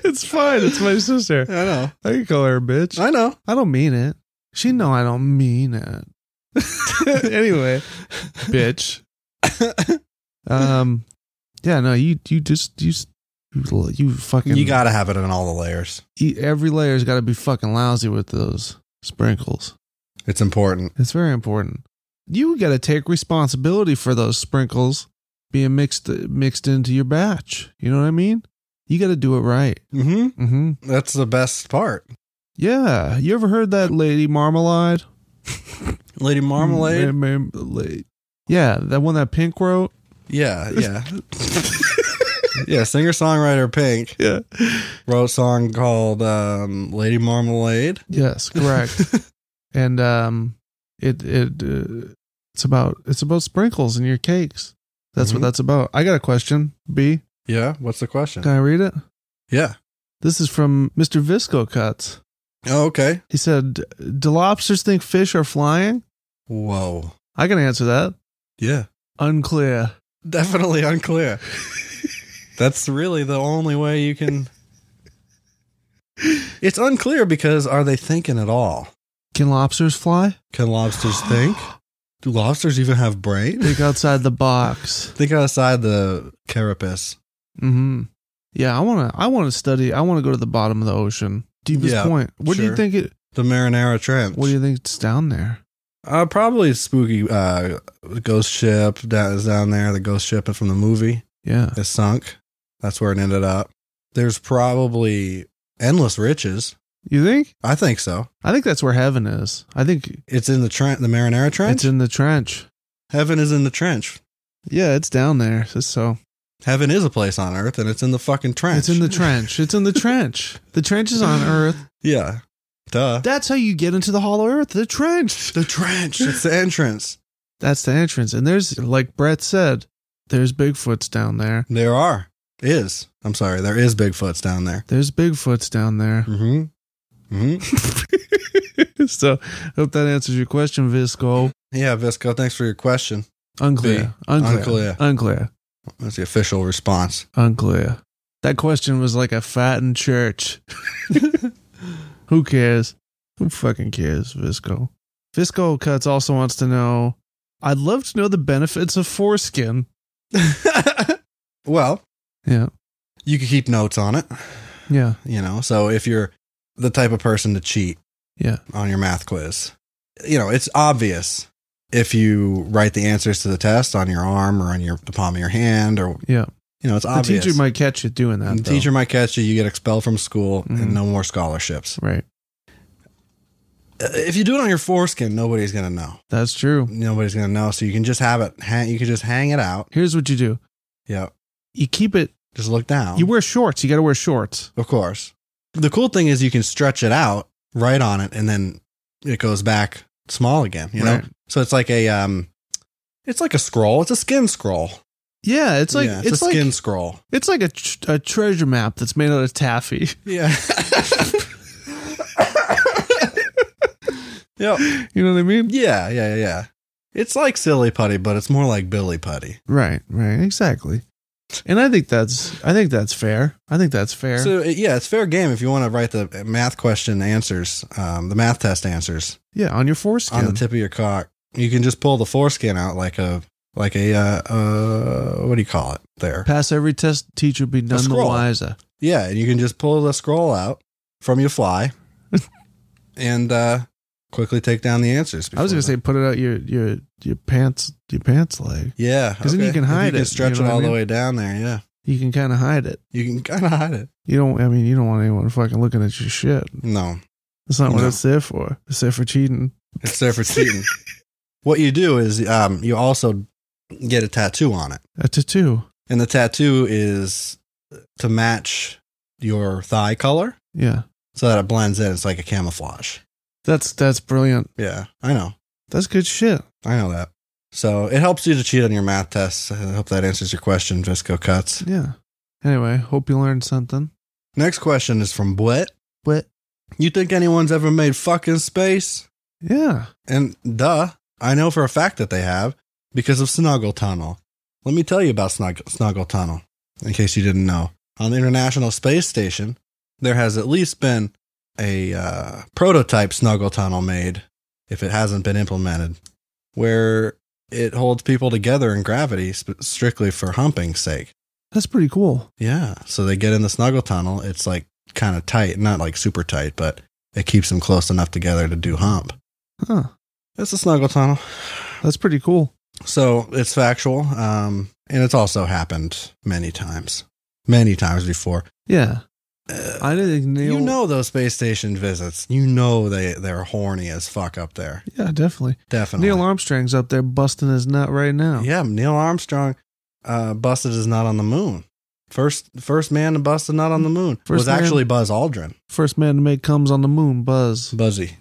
it's fine. It's my sister. I know. I can call her a bitch. I know. I don't mean it. She know I don't mean it. anyway, bitch. Um, yeah, no, you you just you s- you, you fucking you gotta have it in all the layers. you- e, every layer's got to be fucking lousy with those sprinkles. It's important. It's very important. You got to take responsibility for those sprinkles being mixed mixed into your batch. You know what I mean? You got to do it right. Mm-hmm. Mm-hmm. That's the best part. Yeah. You ever heard that lady marmalade? Lady Marmalade. Mm, mm, marmalade. Yeah, that one that Pink wrote. Yeah, yeah. yeah, singer songwriter Pink Yeah. wrote a song called um, Lady Marmalade. Yes, correct. and um, it it uh, it's about it's about sprinkles in your cakes. That's Mhm. what that's about. I got a question. B, Yeah, what's the question? can I read it? Yeah. This is from Mr. Visco Cuts. Oh, okay. He said, "Do lobsters think fish are flying?" Whoa. I can answer that. Yeah. Unclear. Definitely unclear. That's really the only way you can. It's unclear because are they thinking at all? Can lobsters fly? Can lobsters think? Do lobsters even have brain? Think outside the box. Think outside the carapace. hmm Yeah, I wanna. I wanna study. I wanna go to the bottom of the ocean, deepest Yeah, point. What do you sure. think? It. The Marinara Trench. What do you think's down there? Uh, probably spooky uh, ghost ship that is down there. The ghost ship from the movie Yeah. is sunk. That's where it ended up. There's probably endless riches. You think? I think so. I think that's where heaven is. I think It's in the trench, the Marinara Trench. it's in the trench. Heaven is in the trench. Yeah, it's down there. So- So Heaven is a place on Earth, and it's in the fucking trench. it's in the trench. It's in the trench. The trench is on Earth. yeah, duh. That's how you get into the hollow Earth. The trench. the trench. It's the entrance. That's the entrance. And there's, like Brett said, there's Bigfoots down there. There are is. I'm sorry. There is Bigfoots down there. There's Bigfoots down there. Mm-hmm. Mm-hmm. so hope that answers your question, Visco. Yeah, Visco. Thanks for your question. Unclear. Unclear. Unclear. Unclear. Unclear. That's the official response. Unclear. That question was like a fattened church. Who cares? Who fucking cares, Visco? Visco Cuts also wants to know I'd love to know the benefits of foreskin. well, Yeah. you can keep notes on it. Yeah. You know, so if you're the type of person to cheat Yeah. on your math quiz, you know, it's obvious if you write the answers to the test on your arm or on your the palm of your hand or Yeah. you know, it's The obvious. teacher might catch you doing that. the though. teacher might catch you, you get expelled from school Mhm. and no more scholarships. Right. Uh, If you do it on your foreskin, nobody's going to know. That's true. Nobody's going to know, so you can just have it hang, you can just hang it out. Here's what you do Yeah. you keep it, Just look down. you wear shorts. You got to wear shorts. Of course. The cool thing is you can stretch it out right on it and then it goes back small again, you know? Right. So it's like a um it's like a scroll. It's a skin scroll. Yeah. It's like, Yeah, it's, a like, skin scroll. it's like a, tr- a treasure map that's made out of taffy. Yeah. yep. You know what I mean? Yeah, yeah, yeah, yeah. It's like silly putty, but it's more like billy putty. Right, right, exactly. And I think that's I think that's fair. I think that's fair. So it- yeah, it's fair game if you want to write the math question answers, um, the math test answers yeah, on your foreskin. on the tip of your cock. You can just pull the foreskin out like a like a uh, uh what do you call it there? Pass every test, teacher be none the scroll. wiser. Yeah, and you can just pull the scroll out from your fly and uh quickly take down the answers. I before was gonna say put it out your your your pants your pants leg. the- yeah, because 'cause then you can hide You it, can you stretch know it what I all mean? the way down there. Yeah, You can kind of hide it. you can kind of hide it. You don't. I mean, you don't want anyone fucking looking at your shit. No, That's not what No. it's there for. It's there for cheating. it's there for cheating. what you do is um you also get a tattoo on it. A tattoo. And the tattoo is to match your thigh color Yeah, so that it blends in. It's like a camouflage. that's that's brilliant. Yeah, I know. That's good shit. I know that. So it helps you to cheat on your math tests. I hope that answers your question, Visco Cuts. Yeah. Anyway, hope you learned something. Next question is from Bwit. But You think anyone's ever made fucking space? yeah, And duh, I know for a fact that they have because of Snuggle Tunnel. Let me tell you about Snuggle, Snuggle Tunnel, in case you didn't know. On the International Space Station, there has at least been a uh, prototype Snuggle Tunnel made, if it hasn't been implemented, where it holds people together in gravity sp- strictly for humping's sake. That's pretty cool. Yeah. So they get in the snuggle tunnel. It's like kind of tight, not like super tight, but it keeps them close enough together to do hump. Huh. It's a snuggle tunnel. That's pretty cool. So it's factual. Um, and it's also happened many times, many times before. Yeah. Uh, I didn't think Neil. you know those space station visits. You know they they're horny as fuck up there. Yeah, definitely. Definitely. Neil Armstrong's up there busting his nut right now. Yeah, Neil Armstrong uh, busted his nut on the moon. First first man to bust a nut on the moon First was man- actually Buzz Aldrin. First man to make comes on the moon, Buzz. Buzzy.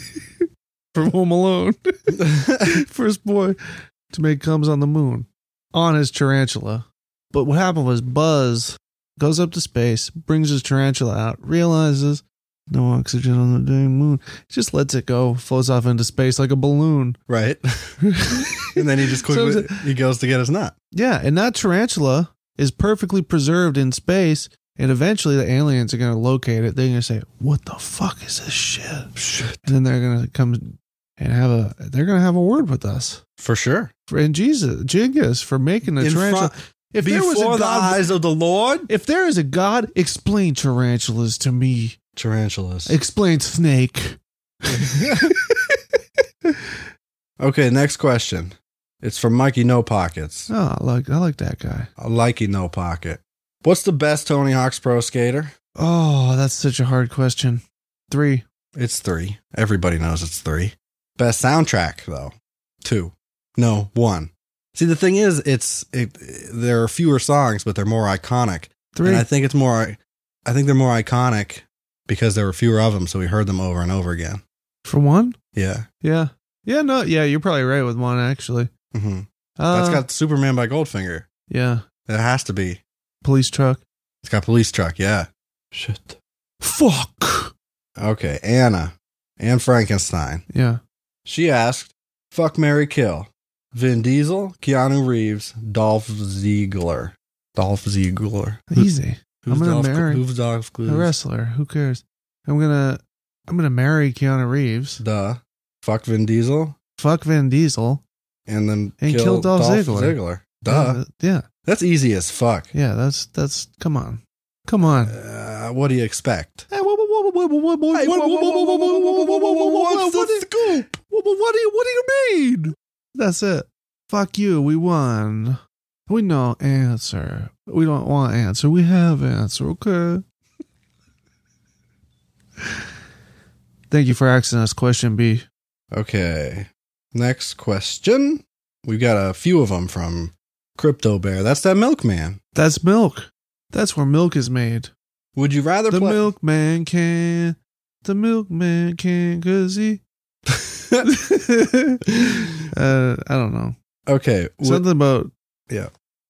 From Home Alone. First boy to make comes on the moon on his tarantula. But what happened was Buzz goes up to space, brings his tarantula out, realizes no oxygen on the dang moon, just lets it go, floats off into space like a balloon. right. And then he just So quickly it's a- he goes to get his nut. Yeah, and that tarantula is perfectly preserved in space, and eventually the aliens are going to locate it. They're going to say, "What the fuck is this shit?" Shit. And then they're going to come and have a they're going to have a word with us. For sure. For- And Jesus, Genghis, for making the In tarantula. front- if there was a god, of the Lord. if there is a god, explain tarantulas to me. Tarantulas. Explain snake. okay, next question. It's from Mikey No Pockets. Oh, I like I like that guy. Likey No Pocket. What's the best Tony Hawk's Pro Skater? Oh, that's such a hard question. Three. It's three. Everybody knows it's three. Best soundtrack though, two. No, one. See, the thing is, it's it, there are fewer songs, but they're more iconic. Three. And I think it's more. I think they're more iconic because there were fewer of them, so we heard them over and over again. for one? Yeah, Yeah. Yeah, no, yeah, you're probably right with one actually. hmm Uh, that's got Superman by Goldfinger. yeah, It has to be. police truck. It's got police truck. Yeah. Shit. Fuck. Okay, Anna, Anne Frankenstein. Yeah. She asked, "Fuck Mary Kill, Vin Diesel, Keanu Reeves, Dolph Ziegler, Dolph Ziegler. Easy. I'm gonna Dolph, marry Who's Dolph A Ziegler? wrestler, who cares? I'm going to I'm going to marry Keanu Reeves. Duh. Fuck Vin Diesel, Fuck Vin Diesel. and then And kill, kill Dolph Dolph, Ziggler. Ziegler. Duh. Yeah. That's easy as fuck. Yeah, that's that's come on. Come on. Uh, what do you expect? Hey, what, what, what, what, what, what, what, what, what, what, what, what, what, what, what, what, what, scoop? Well, but what do you what do you mean? That's it. Fuck you. We won. We know answer. We don't want answer. We have answer. Okay. Thank you for asking us question B. Okay. Next question. We've got a few of them from Crypto Bear. That's that milkman. That's milk. That's where milk is made. Would you rather The play? milkman can. The milkman can cause he. uh, I don't know. okay. would- Something about Yeah.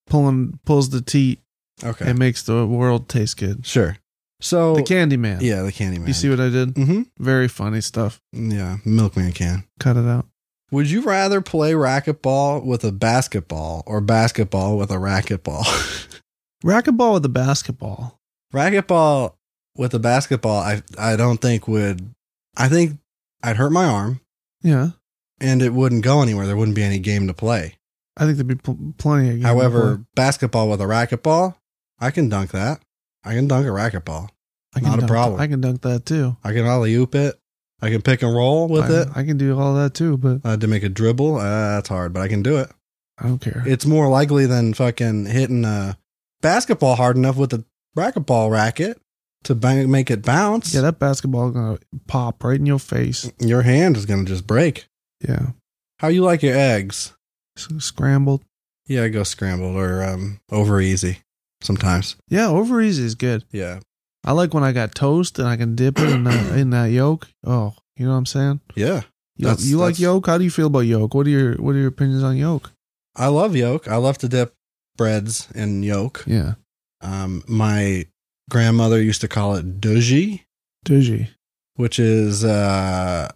pulling pulls the teat okay. and makes the world taste good. Sure. So The Candy Man. yeah, the candy man. You see what I did? Mm-hmm. Very funny stuff. Yeah, milkman can. Cut it out. Would you rather play racquetball with a basketball or basketball with a racquetball? Racquetball with a basketball. racquetball with a basketball, I I don't think would. I think I'd hurt my arm, Yeah. and it wouldn't go anywhere. There wouldn't be any game to play. I think there'd be pl- plenty of games However, before. basketball with a racquetball, I can dunk that. I can dunk a racquetball. I can not a dunk- problem. I can dunk that too. I can alley oop it. I can pick and roll with I, it. I can do all that too, but Uh, to make a dribble, uh, that's hard, but I can do it. I don't care. It's more likely than fucking hitting a basketball hard enough with a racquetball racket to bang, make it bounce. yeah, that basketball gonna pop right in your face. Your hand is gonna just break. Yeah. How you like your eggs? S- scrambled. Yeah, I go scrambled or um, over easy sometimes. Yeah, over easy is good. Yeah. I like when I got toast and I can dip it in that, in that yolk. Oh, you know what I'm saying? Yeah. You, That's- you like that's- yolk? How do you feel about yolk? What are your What are your opinions on yolk? I love yolk. I love to dip breads in yolk. Yeah, Um, my grandmother used to call it doji, Digi. which is, uh,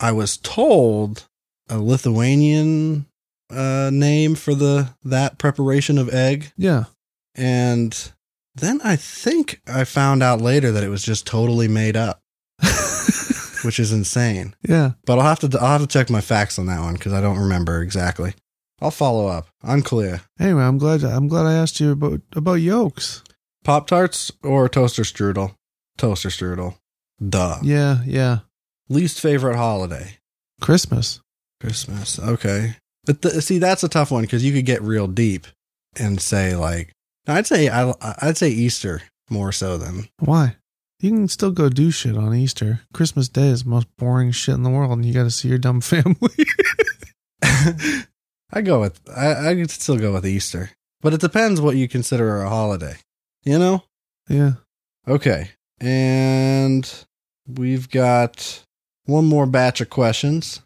I was told, a Lithuanian uh, name for the that preparation of egg. Yeah, And then I think I found out later that it was just totally made up. which is insane. Yeah. But I'll have to I'll have to check my facts on that one because I don't remember exactly. I'll follow up. Unclear. Anyway, I'm glad I'm glad I asked you about about yolks. Pop tarts or toaster strudel. Toaster strudel. Duh. Yeah, yeah. Least favorite holiday. Christmas. Christmas. Okay. But th- see, that's a tough one because you could get real deep and say like, I'd say I, I'd say Easter more so than Why? You can still go do shit on Easter. Christmas Day is the most boring shit in the world, and you got to see your dumb family. I go with I, I could still go with Easter, but it depends what you consider a holiday. You know? yeah. Okay. And we've got one more batch of questions.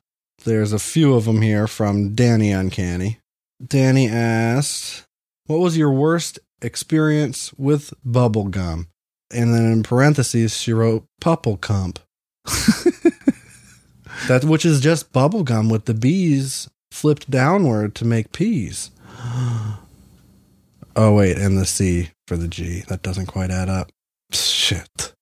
There's a few of them here from Danny Uncanny. Danny asked, What was your worst experience with bubblegum? And then in parentheses, she wrote Pupple Cump. that, which is just bubblegum with the B's flipped downward to make P's. Oh, wait, and the C for the G. That doesn't quite add up. Shit.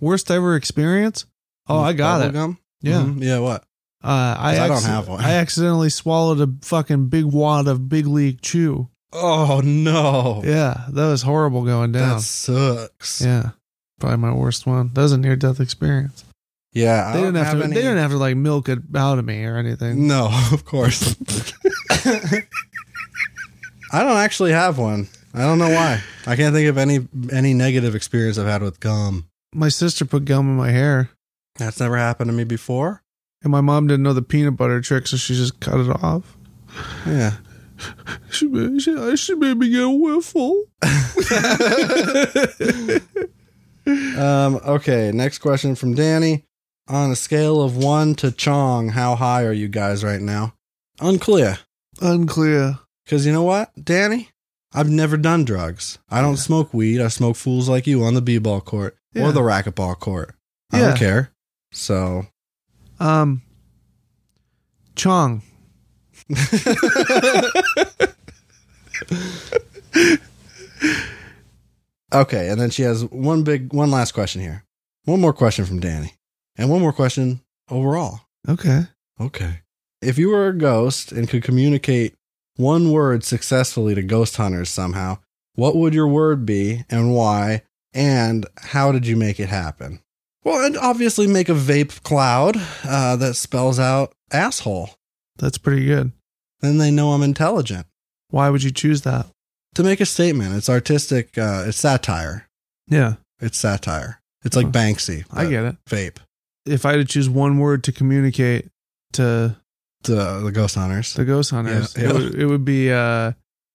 Worst ever experience? Oh, I got it. Bubblegum? Yeah. Mhm. Yeah, what? Uh, I, 'Cause I don't acci- have one. I accidentally swallowed a fucking big wad of Big League Chew. Oh, no. Yeah, that was horrible going that down. sucks. yeah, probably my worst one. That was a near death experience. Yeah, I They don't didn't have, to. any- Mm. They didn't have to like milk it out of me or anything. No, of course. I don't actually have one. I don't know why. I can't think of any any negative experience I've had with gum. My sister put gum in my hair, That's never happened to me before. and my mom didn't know the peanut butter trick, so she just cut it off. Yeah. She made, she, she made me get a whiffle. Um, okay, next question from Danny. On a scale of one to Chong, how high are you guys right now? Unclear. Unclear. Because you know what, Danny? I've never done drugs. I don't smoke weed. I smoke fools like you on the b ball court Yeah. or the racquetball court. I Yeah. don't care. So Um, Chong. okay, and then she has one big, one last question here. One more question from Danny, and one more question overall. Okay. Okay. If you were a ghost and could communicate one word successfully to ghost hunters somehow, what would your word be and why? And how did you make it happen? Well, and obviously make a vape cloud uh, that spells out asshole. That's pretty good. Then they know I'm intelligent. Why would you choose that? To make a statement, it's artistic, uh, it's satire. Yeah, It's satire. It's like Huh. Banksy. I but get it. Vape. If I had to choose one word to communicate to The, the ghost hunters. the ghost hunters, Yeah, yeah. It, would, it would be uh,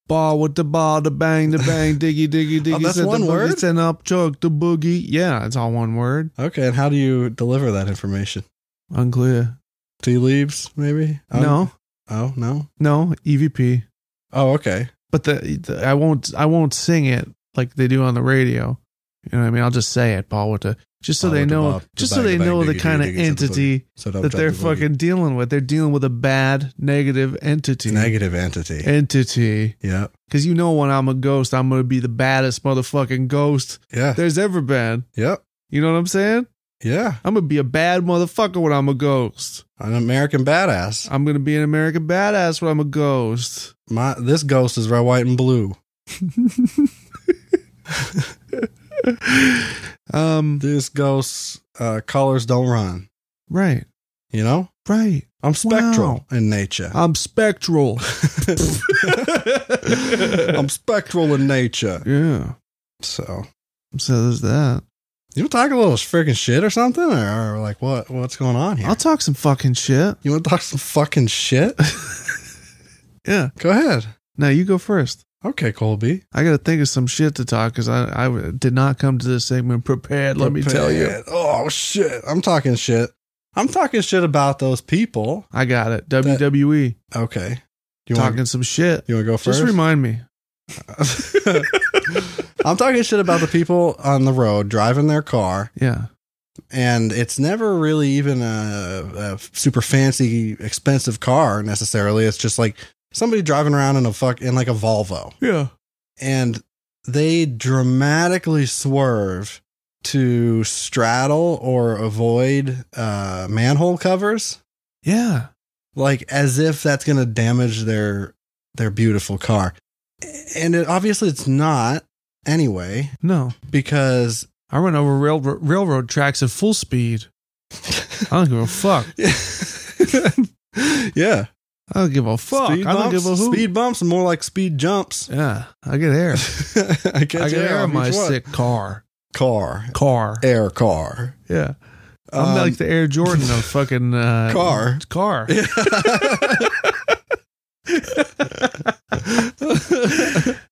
ball with the ball, the bang, the bang, diggy, diggy, diggy. Oh, that's set the one boogie, word? Send up, chuck the boogie. Yeah, it's all one word. Okay, and how do you deliver that information? Unclear. Tea leaves, maybe? Um, no, Oh, no? no EVP. Oh, okay. But the, the I won't I won't sing it like they do on the radio. You know what I mean? I'll just say it, ball with the just so Ball they with Oh, the know, ball, the just so bang, they the bang, know the diggy, kind of diggy, diggy, set the entity. So don't that jump they're the boogie. fucking dealing with. They're dealing with a bad negative entity. negative entity. entity. yeah. Because you know, when I'm a ghost, I'm going to be the baddest motherfucking ghost Yeah. there's ever been. Yep. You know what I'm saying? Yeah. I'm going to be a bad motherfucker when I'm a ghost. An American badass. I'm going to be an American badass when I'm a ghost. My this ghost is red, white, and blue. um, This ghost's uh, colors don't run. right, You know? right. I'm spectral Wow. in nature. I'm spectral. I'm spectral in nature. yeah. So So there's that. you want to talk a little freaking shit or something, or, or like what? What's going on here? I'll talk some fucking shit. you want to talk some fucking shit? Yeah. Go ahead. Now you go first. Okay, Colby. I got to think of some shit to talk because I, I w- did not come to this segment prepared. Let me tell you. Prepared. Oh shit! I'm talking shit. I'm talking shit about those people. I got it. WWE Okay. You talking want some shit. you want to go first? Just remind me. I'm talking shit about the people on the road driving their car, Yeah. and it's never really even a, a super fancy, expensive car necessarily. It's just like somebody driving around in a fuck in like a Volvo, Yeah. and they dramatically swerve to straddle or avoid uh, manhole covers, Yeah. like as if that's going to damage their their beautiful car. And it, obviously, it's not anyway No. because I run over rail- railroad tracks at full speed. I don't give a fuck. yeah, I don't give a fuck. speed I don't bumps, give a who. speed bumps, more like speed jumps. Yeah, I get air. I I can't get air in my sick car. car, Car. air car. Yeah. I'm Um, like the Air Jordan of fucking uh, Car. Car.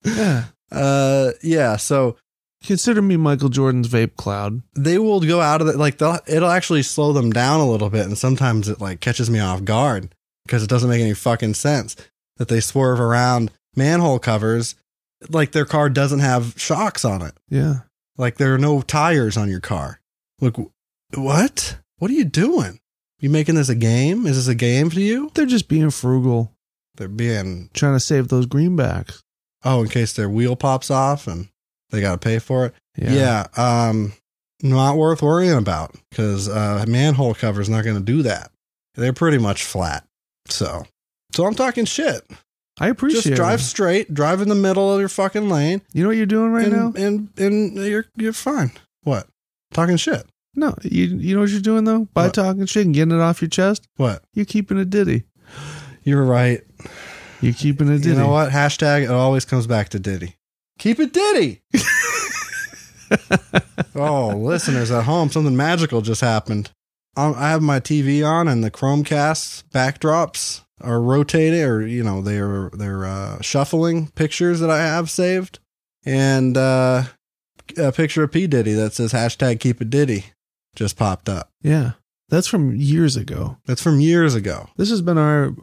Yeah. uh, yeah. So Consider me Michael Jordan's vape cloud. they will go out of it. Like they'll, it'll actually slow them down a little bit, and sometimes it like catches me off guard because it doesn't make any fucking sense that they swerve around manhole covers like their car doesn't have shocks on it. Yeah. Like there are no tires on your car. Like wh- what? What are you doing? You making this a game? Is this a game to you? They're just being frugal, They're being trying to save those greenbacks. oh, in case their wheel pops off and they got to pay for it. Yeah. um, not worth worrying about because uh, a manhole cover's not going to do that. They're pretty much flat. So, so I'm talking shit. I appreciate Just drive it. straight, drive in the middle of your fucking lane, You know what you're doing right and, now? and and you're you're fine. What? Talking shit. No, you you know what you're doing though? By What? talking shit and getting it off your chest, What? you're keeping a ditty. You're right. You're keeping a ditty. You know what? Hashtag it always comes back to Diddy. Keep it Diddy. oh, listeners at home, something magical just happened. Um, I have my TV on, and the Chromecast backdrops are rotating, or you know, they're they're uh, shuffling pictures that I have saved, and uh, a picture of P Diddy that says hashtag Keep It Diddy just popped up. Yeah, that's from years ago. That's from years ago. This has been our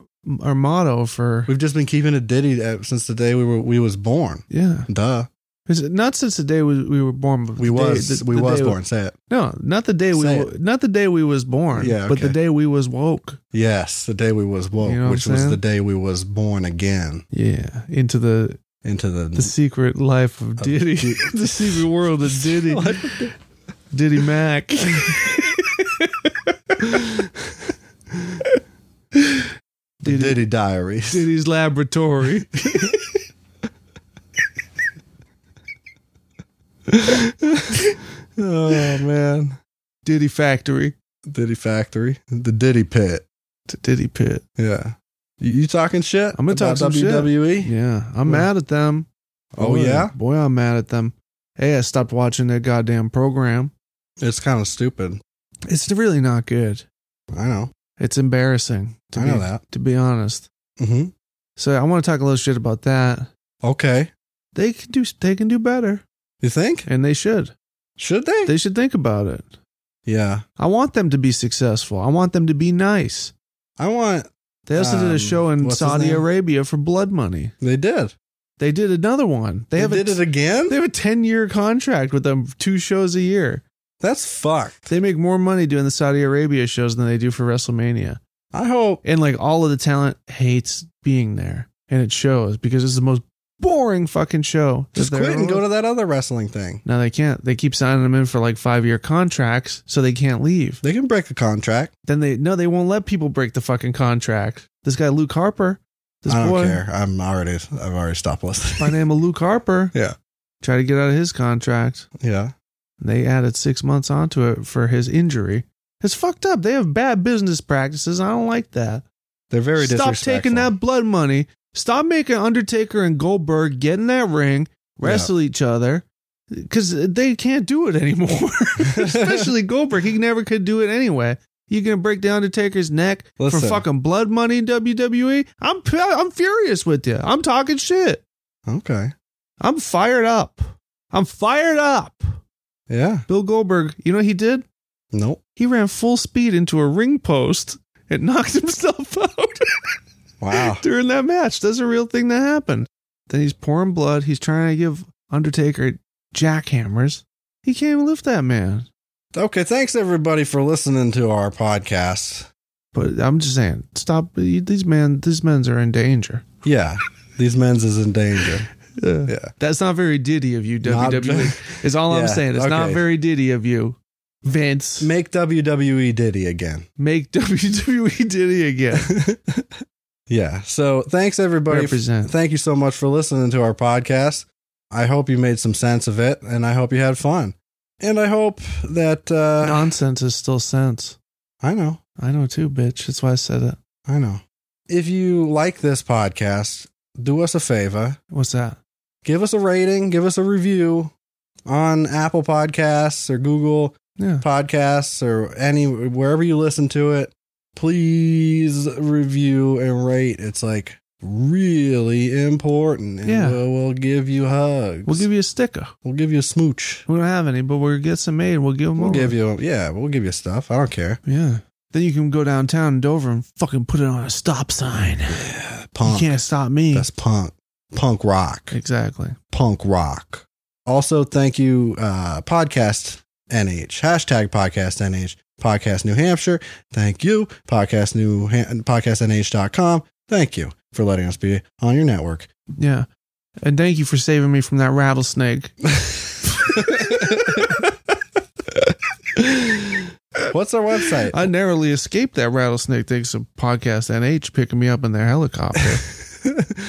our motto for We've just been keeping it Diddy uh, since the day we were we was born. yeah. Duh. It's not since the day we, we were born. But We the was day, the- we the was day- born. Say it. No, not the day we Say wa- not the day we was born. Yeah, but the okay. day we was woke. Yes, the day we was woke, You know what which I'm was saying? the day we was born again Yeah, into the into the. the secret life of Diddy, Did- the secret world of Diddy, Diddy Mac. the Diddy, Diaries. Diddy's laboratory. Oh man, Diddy Factory. Diddy Factory, the Diddy Pit. To Diddy Pit. Yeah, you, you talking shit? I'm gonna talk about some shit. WWE. Yeah. I'm Well. mad at them. Oh Boy, yeah, Boy, I'm mad at them. Hey, I stopped watching their goddamn program. it's kind of stupid. It's really not good. I know. It's embarrassing. To I know be, that. To be honest. hmm So I want to talk a little shit about that. Okay, They can do they can do better. you think? And they should. Should they? They should think about it. yeah, I want them to be successful. I want them to be nice. I want. They also did Um, a show in what's his Saudi name? Arabia for blood money. They did. They did another one. They, They, have a did it again. They have a 10 year contract with them, two shows a year. That's fucked. They make more money doing the Saudi Arabia shows than they do for WrestleMania. I hope. And like all of the talent hates being there. And it shows because it's the most boring fucking show. that Just there quit and ever go was. to that other wrestling thing. No, they can't. They keep signing them in for like five year contracts, so they can't leave. They can break the contract. Then they, no, they won't let people break the fucking contract. This guy, Luke Harper, this I don't boy care. I'm already. I've already stopped listening. by name of Luke Harper, Yeah. tried to get out of his contract. Yeah. They added six months onto it for his injury. It's fucked up. They have bad business practices. I don't like that. They're very Stop disrespectful. taking that blood money. Stop making Undertaker and Goldberg get in that ring, wrestle each other, because they can't do it anymore. Especially Goldberg. He never could do it anyway. You gonna break the Undertaker's neck for Listen. fucking blood money in WWE? I'm I'm furious with you. I'm talking shit. Okay. I'm fired up. I'm fired up. Yeah. Bill Goldberg, you know what he did? Nope. He ran full speed into a ring post and knocked himself out Wow. during that match. That's a real thing that happened. Then he's pouring blood. He's trying to give Undertaker jackhammers. He can't even lift that man. okay. Thanks everybody for listening to our podcast. But I'm just saying, stop. These men, these men's are in danger. Yeah. These men's is in danger. Yeah. That's not very ditty of you, Not WWE. ve- is all Yeah, I'm saying. It's not okay. very ditty of you, Vince. Make WWE Diddy again. Make WWE ditty again. yeah. So thanks everybody. Represent. Thank you so much for listening to our podcast. I hope you made some sense of it, and I hope you had fun. And I hope that uh, Nonsense is still sense. I know, I know too, bitch. That's why I said it. I know. If you like this podcast, do us a favor. What's that? Give us a rating, give us a review on Apple Podcasts or Google Yeah. podcasts or any wherever you listen to it, please review and rate. It's like really important. And Yeah. we'll, we'll give you hugs. We'll give you a sticker. we'll give you a smooch. We don't have any, but we'll get some made and we'll give them We'll over. give you yeah, we'll give you stuff. I don't care. Yeah. Then you can go downtown in Dover and fucking put it on a stop sign. You Punk. can't stop me. That's punk. Punk rock. exactly. Punk rock. Also, thank you, uh, podcast NH hashtag podcast NH podcast New Hampshire. Thank you, podcast New Han- podcast NH.com. Thank you for letting us be on your network. Yeah. And thank you for saving me from that rattlesnake. What's our website? I narrowly escaped that rattlesnake thanks to Podcast NH picking me up in their helicopter.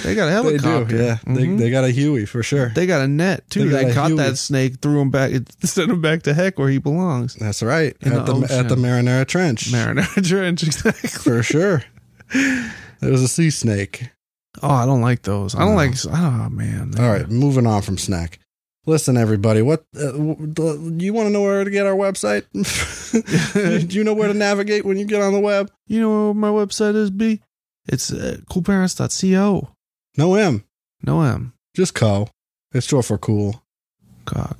They got a they do, helicopter. yeah. They, Mhm. they got a Huey for sure. They got a net too. They got They, a caught Huey. that snake, threw him back, sent him back to heck where he belongs. That's right. In at the the, ocean. at the Marinara Trench. Mariner Trench, exactly. for sure. It was a sea snake. Oh, I don't like those. I don't No. like. Oh man. All right, moving on from snack. Listen, everybody, what uh, w- the- you want to know where to get our website? You- Do you know where to navigate when you get on the web? You know what my website is, B? It's uh, coolparents.co. No M, No M. just co. It's short for cool. Cock.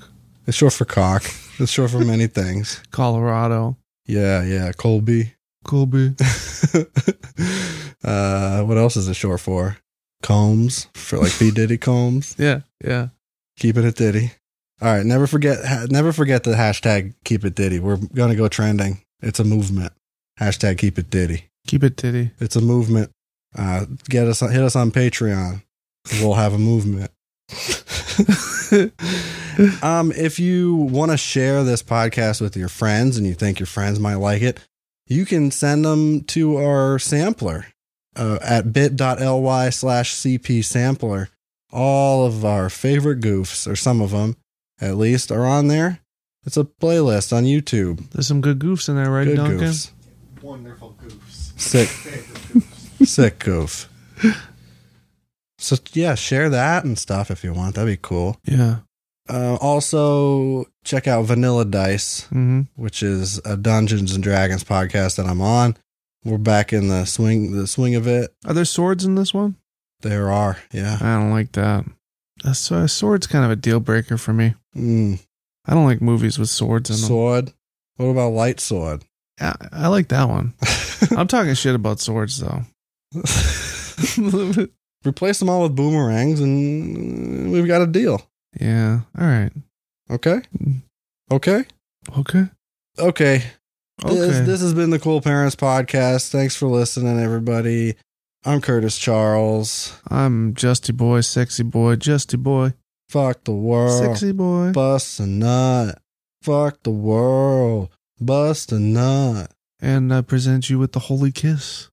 It's short for cock. It's short for many things. Colorado. Yeah, yeah, Colby. Colby. uh, what else is it short for? Combs for like P Diddy Combs. Yeah. Yeah. Keep it at Diddy. All right, never forget ha- never forget the hashtag keep it Diddy. We're gonna go trending. It's a movement. Hashtag keep it Diddy. Keep it titty. It's a movement. Uh, get us hit us on Patreon. We'll have a movement. um, if you want to share this podcast with your friends and you think your friends might like it, you can send them to our sampler uh, at bit.ly slash cp sampler. All of our favorite goofs, or some of them at least, are on there. It's a playlist on YouTube. There's some good goofs in there, right, Good Duncan? goofs. Wonderful goofs. Sick. Favorite goofs. Sick goof. So yeah, share that and stuff if you want. That'd be cool. Yeah. Uh, also, check out Vanilla Dice, Mm-hmm. which is a Dungeons and Dragons podcast that I'm on. We're back in the swing, the swing of it. Are there swords in this one? There are, yeah. I don't like that. A, s- a sword's kind of a deal breaker for me. Mm. I don't like movies with swords in them. Sword. What about light sword? I, I like that one. I'm talking shit about swords though. Replace them all with boomerangs, and we've got a deal. yeah. All right. Okay. Okay. Okay. Okay. Okay. This, this has been the Cool Parents Podcast. Thanks for listening, everybody. I'm Curtis Charles. I'm Justy Boy, sexy boy, Justy Boy, Fuck the world. sexy boy. Bust a nut. Fuck the world. Bust a nut. and uh, present you with the holy kiss.